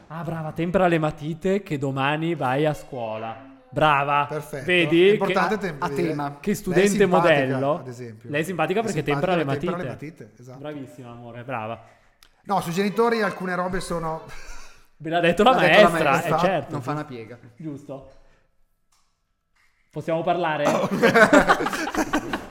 Ah, brava, tempera le matite che domani vai a scuola. Brava.
Perfetto.
Vedi?
È importante
che...
tem-
a
vedere-
tema.
che
Lei è
studente
simpatica,
modello.
Ad esempio.
Lei è simpatica
È
perché
simpatica,
tempera le
tempera
matite.
le matite, esatto.
Bravissima, amore, brava.
No, sui genitori alcune robe sono.
Ve l'ha detto la
L'ha detto la
maestra,
maestra,
eh, certo.
Non fa una piega.
Giusto. Possiamo parlare?
[LAUGHS]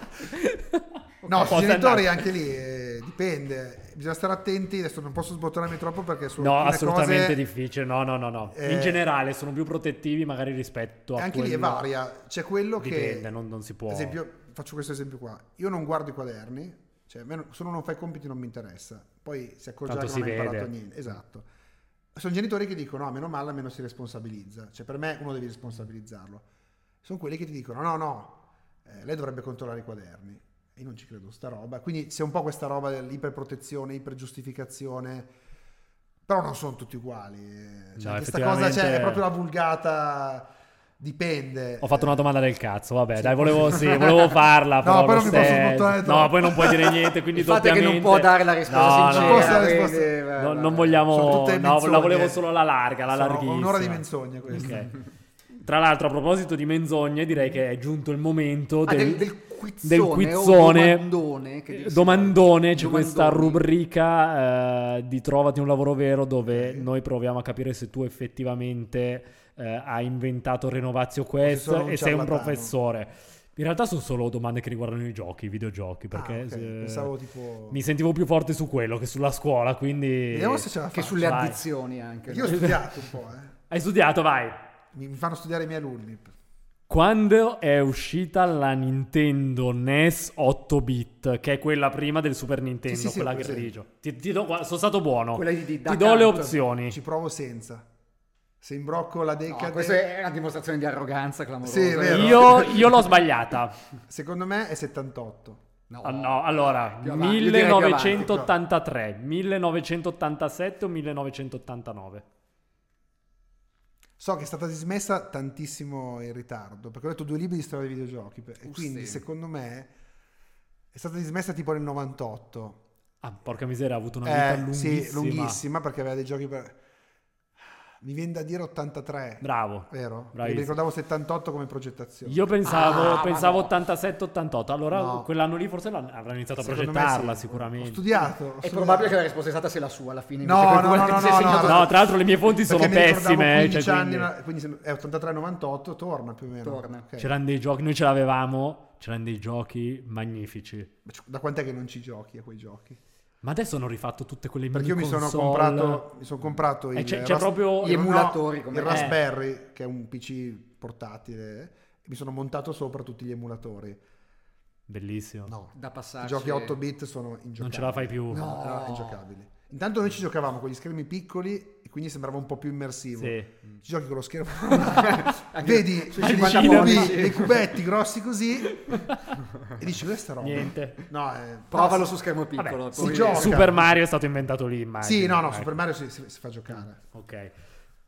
No, sui
[LAUGHS] Posso andare?
genitori anche lì eh, dipende. Bisogna stare attenti. Adesso non posso sbottonarmi troppo perché sono
No, assolutamente difficile. No, no, no, no.
Eh,
In generale sono più protettivi magari rispetto a
Anche lì è
quello-
varia. C'è quello che.
Dipende, non, non si può.
Ad esempio, faccio questo esempio qua. Io non guardo i quaderni, cioè a me non- se uno non fa i compiti non mi interessa. Poi si accorgerà
Tanto
che non
si
ha imparato
vede.
niente. Esatto. Sono genitori che dicono, no, meno male, meno si responsabilizza. Cioè per me uno devi responsabilizzarlo. Sono quelli che ti dicono, no, no, eh, lei dovrebbe controllare i quaderni. E io non ci credo, sta roba. Quindi c'è un po' questa roba dell'iperprotezione, ipergiustificazione. Però non sono tutti uguali. eh. Cioè,
No,
questa cosa cioè,
effettivamente-
è proprio la vulgata, dipende.
Ho fatto
Eh.
una domanda del cazzo, vabbè,
Sì.
dai, volevo,
[LAUGHS]
sì, volevo farla.
No,
però
poi
lo
non mi posso
stesso-
smontare
No,
troppo.
poi non puoi dire niente, quindi
il fatto è che non
doppiamente-
può dare la risposta
No, no,
sincera.
Non posso dare
quindi,
risposta.
va-
No,
va-
non
va-
Sono
vogliamo,
tutte
no, la
menzogne.
volevo solo la larga, la
Sono
larghissima.
Un'ora di menzogne questa.
Ok. Tra l'altro, a proposito di menzogne, direi che è giunto il momento
Ah,
del,
del, del quizzone,
del
o
quizzone, eh,
domandone, che dir si
domandone,
voglia.
c'è
Domandoni.
questa rubrica eh, di Trovati un lavoro vero dove noi proviamo a capire se tu effettivamente eh, hai inventato Renovazio Quest
solo un
e sei un
ciarlatano.
professore. In realtà sono solo domande che riguardano i giochi, i videogiochi, perché
Ah, ok.
eh,
Pensavo tipo...
mi sentivo più forte su quello che sulla scuola, quindi...
Vediamo se ce la
Che
faccio.
sulle
Vai.
addizioni anche.
Io ho studiato un po', eh.
Hai studiato, vai!
Mi, mi fanno studiare i miei alunni.
Quando è uscita la Nintendo NES 8-bit, che è quella prima del Super Nintendo,
Sì, sì, sì,
quella
sì.
grigio. Ti, ti do- guarda, sono stato buono.
Quella di- di- da
ti do le
canto.
opzioni.
Ci provo senza. Se imbrocco la
No,
decade...
questa è una dimostrazione di arroganza clamorosa.
Sì, è vero.
Io, io l'ho sbagliata.
Secondo me è 78.
No,
Ah, no, allora,
Più avanti, io direi più avanti,
1983, 1987 o 1989?
So che è stata dismessa tantissimo in ritardo, perché ho letto due libri di storia dei videogiochi, per- e
Uh,
quindi
sì.
secondo me è stata dismessa tipo nel 98.
Ah, porca miseria, ha avuto una vita
Eh,
lunghissima.
sì, lunghissima, perché aveva dei giochi per... Mi viene da dire 83,
Bravo.
vero? Perché Mi
bravissimo.
ricordavo 78 come progettazione.
Io pensavo,
Ah,
pensavo
ma
87-88, allora
No.
quell'anno lì forse l'hanno- avranno iniziato a
Secondo me
progettarla
sì.
sicuramente.
Ho studiato. ho
È
studiato.
probabile che la risposta esatta sia la sua alla fine.
No,
invece che
no,
quella
no,
che
no,
ti sei
no,
segnato
no,
No, tra l'altro le mie fonti sono
Perché mi ricordavo
pessime. eh,
15
cioè,
anni,
quindi-
ma- quindi se- è 83-98, torna più o meno.
Torna.
Ok.
C'erano dei giochi, noi ce l'avevamo, c'erano dei giochi magnifici.
Ma c- Da quant'è che non ci giochi a quei giochi?
Ma adesso hanno rifatto tutte quelle
Perché io mi sono
mini-console.
comprato, mi sono comprato
Eh,
il,
c'è- c'è
ras-
proprio-
il-
Gli emulatori, come-
il
eh.
Raspberry, che è un PC portatile, e mi sono montato sopra tutti gli emulatori.
Bellissimo.
No,
Da
i
passarci.
giochi 8
[LAUGHS]
bit sono ingiocabili.
non ce la fai più.
No,
No.
erano ingiocabili. Intanto noi ci giocavamo con gli schermi piccoli e quindi sembrava un po' più immersivo.
Sì.
Ci giochi con lo schermo.
[LAUGHS] Anche-
Vedi
sui
dei
50
cubi,
pollici.
dei cubetti grossi così e dici questa roba.
Niente.
No, eh,
Provalo
no,
su schermo piccolo.
Vabbè,
si
poi-
gioca.
Super Mario è stato inventato lì, immagino.
Ah, Sì, no, no,
Ecco.
Super Mario si, si- si fa giocare.
Ok.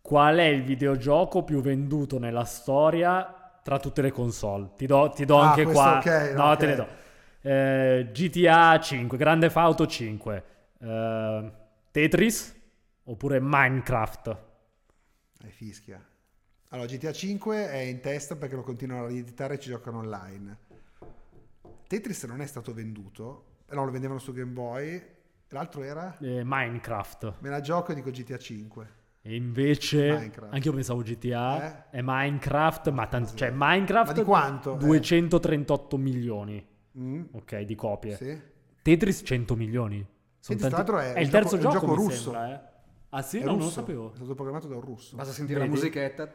Qual è il videogioco più venduto nella storia tra tutte le console? Ti do, ti do
Ah,
anche
questo
qua.
ok,
no,
ok.
te ne do. Eh, GTA 5, Grande Fauto 5, eh, Tetris oppure Minecraft?
E fischia. Allora, GTA 5 è in testa perché lo continuano a rieditare e ci giocano online. Tetris non è stato venduto, eh, no, lo vendevano su Game Boy. L'altro era?
Eh, Minecraft.
Me la gioco e dico GTA 5.
E invece,
Minecraft. Eh?
anche io pensavo GTA, è Minecraft, ma tan- cioè
Ma
Minecraft
di quanto? Eh.
238 milioni,
Mm,
ok, di copie.
sì.
Tetris 100 milioni. Sono
Tetris, tra l'altro, è
è il
un
terzo
gioco- è un
gioco,
gioco
mi
russo.
sembra, eh. Ah sì? No,
È
non lo
russo. Eh,
sapevo.
È stato programmato da un russo.
Basta sentire
Vedi?
la musichetta.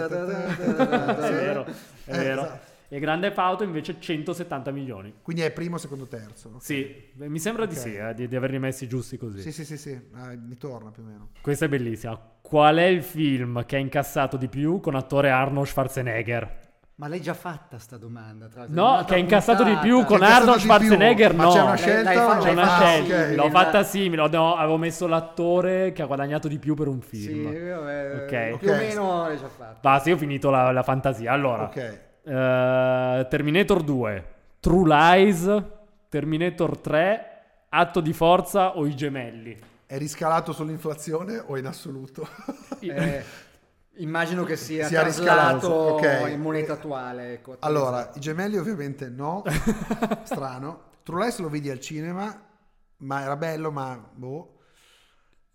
[LAUGHS] È vero, è
Eh,
vero.
esatto.
E Grande Fauto invece 170 milioni.
Quindi è primo, secondo, terzo. ok.
Sì, beh, mi sembra di
Ok.
sì, eh, di, di averli messi giusti così.
Sì, sì, sì, sì. Ah, mi torna più o meno.
Questa è bellissima. Qual è il film che ha incassato di più con attore Arnold Schwarzenegger?
Ma l'hai già fatta sta domanda? tra l'altro,
No,
un'altra
che ha incassato di più
puntata.
con
Che ha incassato
Arnold
di più?
Schwarzenegger?
Ma
no,
c'è una
L'hai-
scelta?
l'hai fatta-
C'è una
Ah,
scelta.
ok.
L'ho
La-
fatta simile, ho- no, avevo messo l'attore che ha guadagnato di più per un
Sì,
film.
vabbè,
Ok.
più
Ok.
o meno l'hai già fatta.
Basta, io ho finito la, la fantasia. Allora,
Ok.
eh, Terminator 2, True Lies, Terminator 3, Atto di forza o i gemelli?
È riscalato sull'inflazione o in assoluto? [LAUGHS]
I-
Eh, immagino che sia,
Sia
traslato
riscalato, ok.
in moneta attuale. ecco,
allora,
attualizzato.
i gemelli
[LAUGHS]
ovviamente no. Strano. True Lies lo vedi al cinema, ma era bello, ma boh.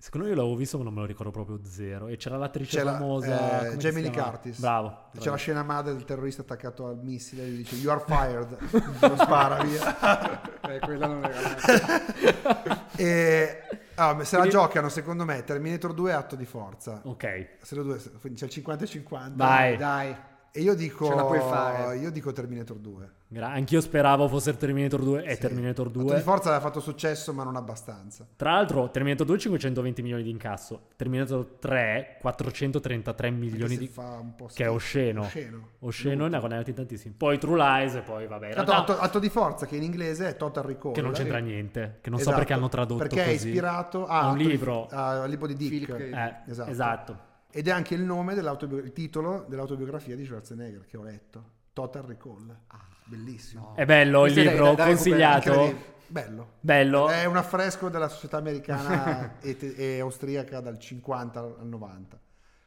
Secondo me io l'avevo visto, ma non me lo ricordo proprio zero. E c'era l'attrice
C'è la- eh,
famosa. come si
Jamie Lee
chiama?
Curtis.
Bravo. bravo.
C'è la scena madre del terrorista attaccato al missile e gli dice You are fired. [LAUGHS] lo spara via.
Eh, quella
[LAUGHS]
non era una-
e ah, se la
Quindi-
giocano, secondo me, Terminator 2 è atto di forza.
[LAUGHS] Ok.
Se lo due, quindi c'è il 50 e 50.
Vai.
Dai,
Eh
E io dico,
Ce la puoi fare.
io dico Terminator 2.
Gra- anch'io speravo fosse Terminator 2. È Eh,
Sì.
Terminator
Atto di
2.
forza aveva fatto successo, ma non abbastanza.
Tra l'altro, Terminator 2 520 milioni di incasso. Terminator 3 433 milioni
Anche se
di.
fa un po'
Che è
schifo.
osceno.
Osceno.
Osceno, ne ha guadagnati tantissimi. Poi True Lies e poi vabbè. in
Tanto
realtà-
atto, atto di forza, che in inglese è Total Recall.
che non c'entra
Sì.
niente. Che non so
eh, Esatto,
perché hanno tradotto
Perché è
così.
ispirato
A
a
un libro.
al libro di Dick.
Philip K.
Eh,
Esatto.
esatto.
Ed è anche il nome dell'autobiografia, il titolo dell'autobiografia di Schwarzenegger che ho letto. Total Recall.
Ah.
bellissimo.
È bello il
Questo è da-
libro,
da recuperare,
consigliato.
Incredibile. Bello.
Bello.
È un affresco della
[LAUGHS]
società americana e, te- e austriaca dal 50 al Ah, 90.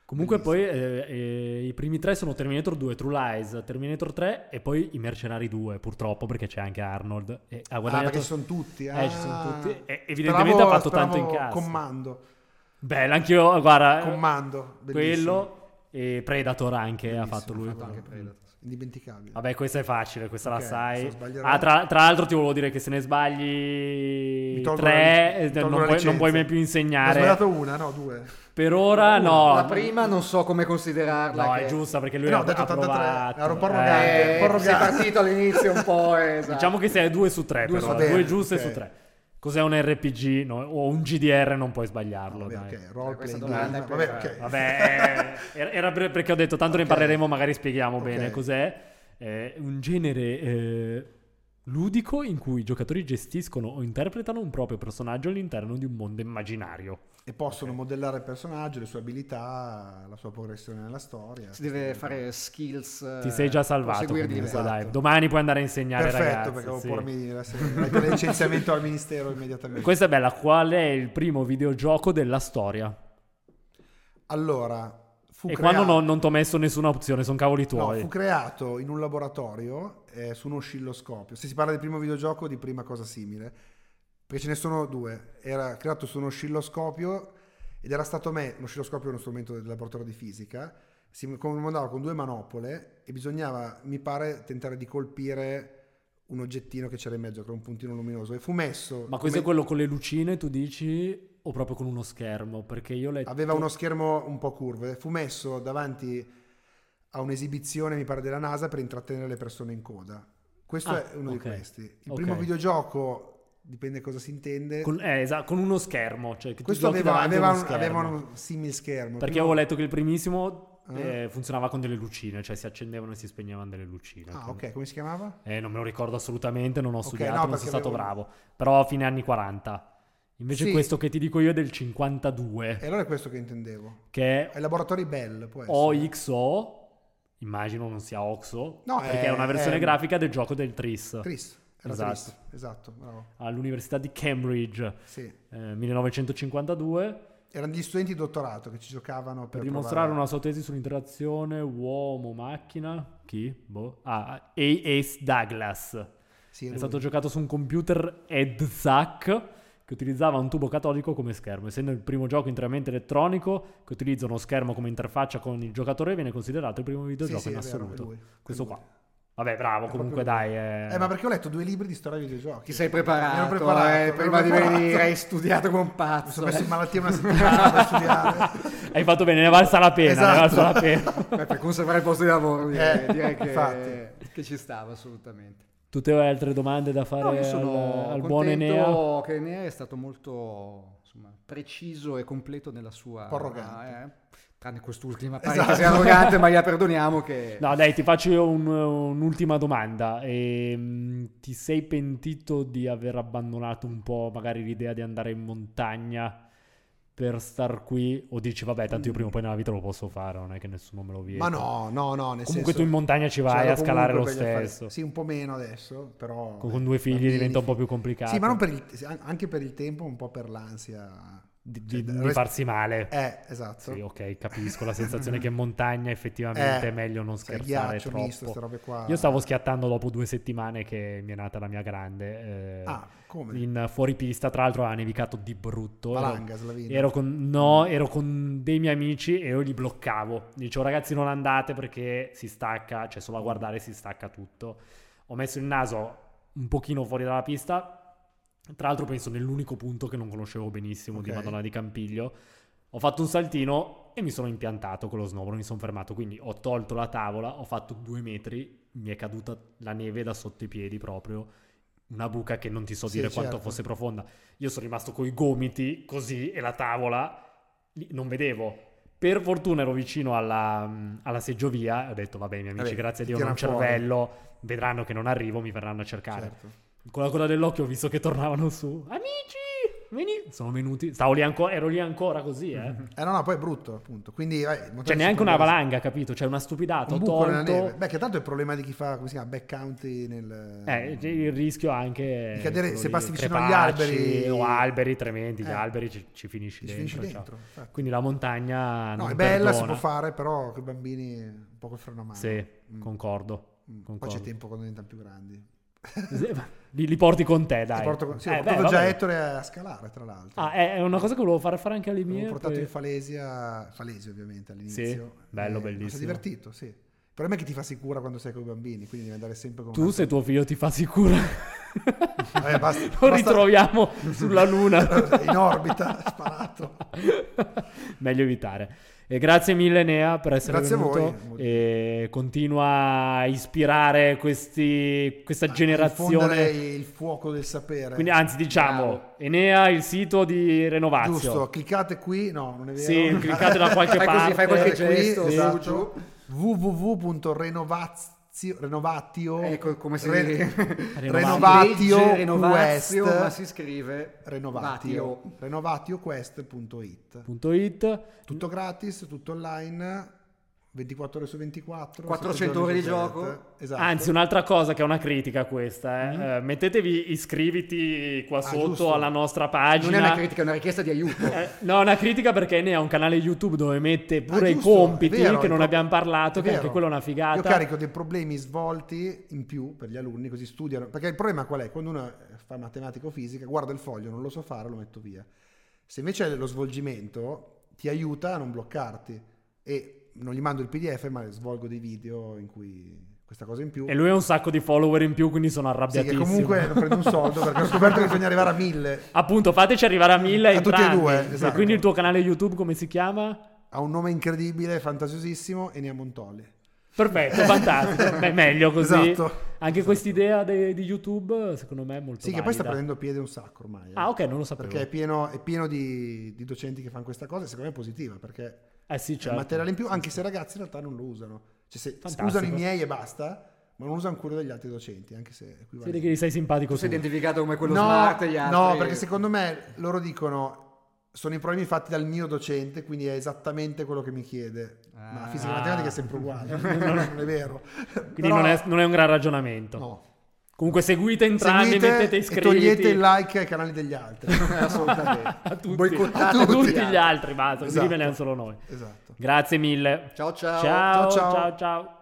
Comunque poi eh, eh, i primi tre sono Terminator 2, True Lies, Terminator 3 e poi I Mercenari 2 purtroppo perché c'è anche Arnold. E ha
Ah,
guadagnato...
perché ci sono tutti.
Eh, ci
ah.
sono tutti. E evidentemente
Speravo-
ha fatto tanto
speravo
incasso.
Commando.
Bello, anch'io, guarda,
Commando. bellissimo.
quello e Predator anche ha
Bellissimo,
fatto lui. Mm.
ha fatto
anche Predator, sì.
indimenticabile.
Vabbè, questa è facile, questa
Ok,
la sai.
se sbaglierò-
Ah, tra, tra l'altro ti volevo dire che se ne sbagli
Mi tolgo la- mi
tre eh,
tolgo la
non, puoi, non
licenza.
puoi mai più
Ne ho
insegnare.
sbagliato una, no, due.
Per ora no.
La prima non so come considerarla.
No,
che-
è giusta perché lui
No,
ha,
ho detto
ha
83,
provato.
ero
Eh,
prorogante.
Eh,
un po'
sei
arrogante.
partito all'inizio
[LAUGHS]
un po'. eh, esatto.
Diciamo che sei a 2 su 3
Due
però,
su tre,
2 giuste
ok.
su 3. Cos'è un RPG No, o un GDR non puoi sbagliarlo,
Vabbè,
dai. Cioè,
ok, role
Questa
playing
domanda
game.
è per-
Vabbè, ok.
Vabbè, eh, era- era per- perché ho detto tanto ne
Ok.
parleremo, magari spieghiamo
Ok.
bene cos'è. È un genere eh, ludico in cui i giocatori gestiscono o interpretano un proprio personaggio all'interno di un mondo immaginario.
E possono modellare il personaggio, le sue abilità, la sua progressione nella storia.
Si deve fare skills.
Ti
eh,
sei già salvato.
proseguire di
comunque,
esatto.
dai. Domani puoi andare a insegnare
Perfetto,
ragazzi.
perché
sì.
devo pormi la sera- il licenziamento al ministero immediatamente.
Questa è bella. Qual è il primo videogioco della storia?
Allora, fu
e
creato-
quando no- non ti ho messo nessuna opzione, sono cavoli
no,
tuoi.
fu creato in un laboratorio eh, su uno oscilloscopio. Se si parla del primo videogioco, di prima cosa simile, perché ce ne sono due. Era creato su uno oscilloscopio ed era stato me, uno oscilloscopio è uno strumento del laboratorio di fisica, si comandava con due manopole e bisognava, mi pare, tentare di colpire un oggettino che c'era in mezzo, che era un puntino luminoso e fu messo
Ma questo
come-
è quello con le lucine, tu dici, o proprio con uno schermo? Perché io ho letto...
aveva uno schermo un po' curvo e fu messo davanti a un'esibizione, mi pare, della NASA per intrattenere le persone in coda. Questo
Ah,
è uno
ok.
di questi. Il
Ok.
primo videogioco, dipende cosa si intende.
Con, eh, esatto, con uno schermo. Cioè che tu
questo
giochi
aveva,
davanti a
aveva
uno
un,
schermo.
aveva un simil schermo.
Perché
Prima-
avevo letto che il primissimo
Ah.
eh, funzionava con delle lucine, cioè si accendevano e si spegnevano delle lucine.
Ah, ok, come si chiamava?
Eh, non me lo ricordo assolutamente, non ho
Ok,
studiato,
no,
non
perché
sono stato
avevo-
bravo. Però a fine anni 40. Invece
Sì. Eh,
questo che ti dico io è del 52,
E allora è questo che intendevo.
che
È laboratori Bell, può
Oh,
essere.
OXO, immagino non sia OXO,
No,
perché è,
è-
una versione
è-
grafica del gioco del Tris
Tris. Era
Esatto.
Tris, esatto, bravo.
all'Università di Cambridge
Sì.
eh, 1952
Erano gli studenti di dottorato che ci giocavano per,
per
provare-
dimostrare una sua tesi sull'interazione uomo-macchina. Chi? Boh. Ah, A.S. Douglas.
Sì,
è
lui.
stato giocato su un computer EDSAC che utilizzava un tubo catodico come schermo. Essendo il primo gioco interamente elettronico che utilizza uno schermo come interfaccia con il giocatore, viene considerato il primo
Sì,
videogioco
sì,
in
è vero, è
assoluto.
lui.
Questo
È lui.
qua. Vabbè, bravo,
È
comunque
proprio
dai.
lui.
eh.
Eh, ma perché ho letto due libri di storia dei videogiochi.
Ti sei preparato,
Mi ero preparato,
eh,
mi
prima
ero preparato.
di venire hai studiato come un
Mi
pazzo.
sono messo
eh.
in malattia una settimana per studiare.
Hai fatto bene, ne è valsa la pena, ne è
Esatto.
valsa la pena.
[LAUGHS] Beh, per conservare il posto di lavoro direi,
Eh,
direi che,
infatti.
che ci stava assolutamente.
Tutte le altre domande da fare
No, io
al,
sono
al buon Enea?
contento che Enea è stato molto insomma, preciso e completo nella sua...
Un po' arrogante.
eh, tranne quest'ultima
Esatto.
parentesi
[LAUGHS]
arrogante, ma gliela perdoniamo che...
No, dai, ti faccio io un- un'ultima domanda. Ehm, ti sei pentito di aver abbandonato un po' magari l'idea di andare in montagna per star qui? O dici, vabbè, tanto io prima o poi nella vita lo posso fare, non è che nessuno me lo vieta.
ecco.
Ma no, no, no. Nel
Comunque
senso,
tu in montagna ci vai
c'ero
a scalare lo
comunque per gli affari-
stesso.
Sì, un po' meno adesso, però...
Con, con due figli
bambini,
diventa un po' più
figli.
complicato.
Sì, ma non per il, an- anche per il tempo, un po' per l'ansia.
Di,
Cioè,
di- di
res-
farsi male.
Eh, esatto.
Sì, ok,
[LAUGHS]
capisco la sensazione che in montagna effettivamente
Eh,
è meglio non
sai,
scherzare
ghiaccio,
troppo.
misto, queste robe qua.
Io stavo schiattando dopo due settimane che mi è nata la mia grande. eh,
Ah, come?
in fuoripista, tra l'altro, ha nevicato di brutto. Ero,
Valanga, Slavina.
ero con, no, ero con dei miei amici e io li bloccavo. Dicevo, ragazzi, non andate perché si stacca, cioè solo a guardare si stacca tutto. Ho messo il naso un pochino fuori dalla pista. Tra l'altro, penso nell'unico punto che non conoscevo benissimo di
Ok.
Madonna di Campiglio. Ho fatto un saltino e mi sono impiantato con lo snowboard, mi sono fermato. Quindi ho tolto la tavola, ho fatto due metri, mi è caduta la neve da sotto i piedi proprio. Una buca che non ti so
Sì,
dire quanto
certo.
fosse profonda. Io sono rimasto coi gomiti così e la tavola lì, non vedevo. Per fortuna ero vicino alla, mh, alla seggiovia e ho detto, vabbè, i miei amici,
Vabbè,
grazie a
ti
Dio, non ho un
tirano fuori."
cervello, vedranno che non arrivo, mi verranno a cercare
Certo.
con la coda dell'occhio ho visto che tornavano su. Amici, veni. Sono venuti. Stavo lì ancora, ero lì ancora così, eh.
[LAUGHS] Eh no, no, poi è brutto, appunto. Quindi, vai,
Cioè,
montagna
neanche
sul
una
Congresso.
valanga, capito? Cioè, una stupidata.
Un
ho
buco nella neve.
tolto.
Beh, che tanto è il problema di chi fa, come si chiama, backcountry nel...
Eh, cioè, il rischio anche.
Di cadere-
quello
se
lì,
passi vicino agli
crepacci
alberi-
O alberi tremendi, gli
Eh.
alberi ci, ci finisci
Ci
dentro.
finisci
ciao.
dentro. infatti.
Quindi la montagna.
No,
eh, Ah, non
è bella, si
perdona.
può fare, però con i bambini un po' col freno a mano.
Sì,
Mm.
concordo.
Mm. Poi
concordo.
c'è tempo quando diventano più grandi.
[LAUGHS] Sì, ma Li, li porti con te, dai.
Ti porto con- sì,
Eh,
ho
beh,
portato già
vabbè.
Ettore a scalare, tra l'altro.
Ah, è è una cosa che volevo fare fare anche alle mie.
L'ho portato
per-
in Falesia, Falesi ovviamente all'inizio.
Sì, bello,
Eh, ma Si
bellissimo.
è divertito, sì. Il problema è che ti fa sicura quando sei con i bambini, quindi devi andare sempre con
Tu, se tuo figlio ti fa sicura,
[LAUGHS]
lo
Vabbè, basta- basta-
ritroviamo sulla Luna.
[LAUGHS] in orbita, sparato.
[LAUGHS] Meglio evitare. E grazie mille, Nea, per essere
Grazie a
venuto.
voi.
E continua a ispirare questi- questa
Infondere
generazione.
Ah, il fuoco del sapere.
Quindi, anzi, diciamo,
Bravo.
Enea, il sito di Renovazio.
Giusto, cliccate qui, no, non è vero. [LAUGHS]
Sì, cliccate da qualche
Fai così,
parte.
fai qualche
Guardate qui,
gesto,
esatto.
su, giù.
www.renovazio renovatio
Ecco come si
re- [LAUGHS]
legge.
renovatio
Legge, renovatio,
quest-
ma si scrive
renovatio
Vatio.
renovatioquest.it.
Punto it.
Tutto gratis, tutto online 24 ore su 24
400
7 giorni
ore
su 7.
di gioco.
Esatto. Mm-hmm.
Anzi, un'altra cosa che è una critica questa, eh. Eh, mettetevi, iscriviti qua sotto
Ah, giusto.
alla nostra pagina.
Non è una critica, è una richiesta di
[LAUGHS]
aiuto.
Eh, no, è una critica perché ne ha un canale YouTube dove mette pure
Ah,
i
giusto,
compiti
è vero,
che non
è pro-
abbiamo parlato,
è
che anche
vero.
quello è una figata.
Io carico dei problemi svolti in più per gli alunni, così studiano. Perché il problema qual è? Quando uno eh, fa matematica o fisica, guarda il foglio, non lo so fare, lo metto via. Se invece è lo svolgimento, ti aiuta a non bloccarti. E non gli mando il PDF, ma svolgo dei video in cui questa cosa in più.
E lui ha un sacco di follower in più, quindi sono
Sì, che
arrabbiatissimo.
comunque non prendo un soldo
[LAUGHS]
perché ho scoperto che bisogna arrivare a mille.
Appunto, fateci arrivare a mille
A tutti e
entrambi.
due, esatto.
quindi il tuo canale YouTube come si chiama?
Ha un nome incredibile, fantasiosissimo, e ne ha Montoli. [LAUGHS]
Perfetto, Ecco, fantastico. Beh, meglio così.
Esatto.
Anche quest'idea de- di YouTube, secondo me, è molto
Sì, che poi sta
valida.
prendendo piede un sacco ormai. eh.
Ah, ok, non lo sapevo.
Perché è pieno, è pieno di, di docenti che fanno questa cosa e secondo me è positiva perché
Eh sì,
è
certo.
materiale in più, anche se i ragazzi in realtà non lo usano. Cioè, se
Fantastico.
usano i miei e basta, ma non usano quello degli altri docenti, anche se
Si
è
vede
equivalente.
che gli sei simpatico
Tu sei
tu.
identificato come quello smart e gli altri.
No, perché secondo me loro dicono sono i problemi fatti dal mio docente, quindi è esattamente quello che mi chiede.
Ah.
Ma fisica e matematica è sempre
[LAUGHS]
uguale, non è vero.
Quindi non, è, non è un gran ragionamento.
No.
Comunque seguite entrambi,
Seguite
mettete
e
iscritti.
togliete
[LAUGHS]
il like ai canali degli altri.
Assolutamente.
a tutti,
Boicottate
a
tutti
tutti
gli
gli altri, basta, così
Esatto.
rimaniamo solo noi.
esatto.
Grazie mille.
Ciao
Ciao,
ciao.
Ciao, ciao.
ciao, ciao.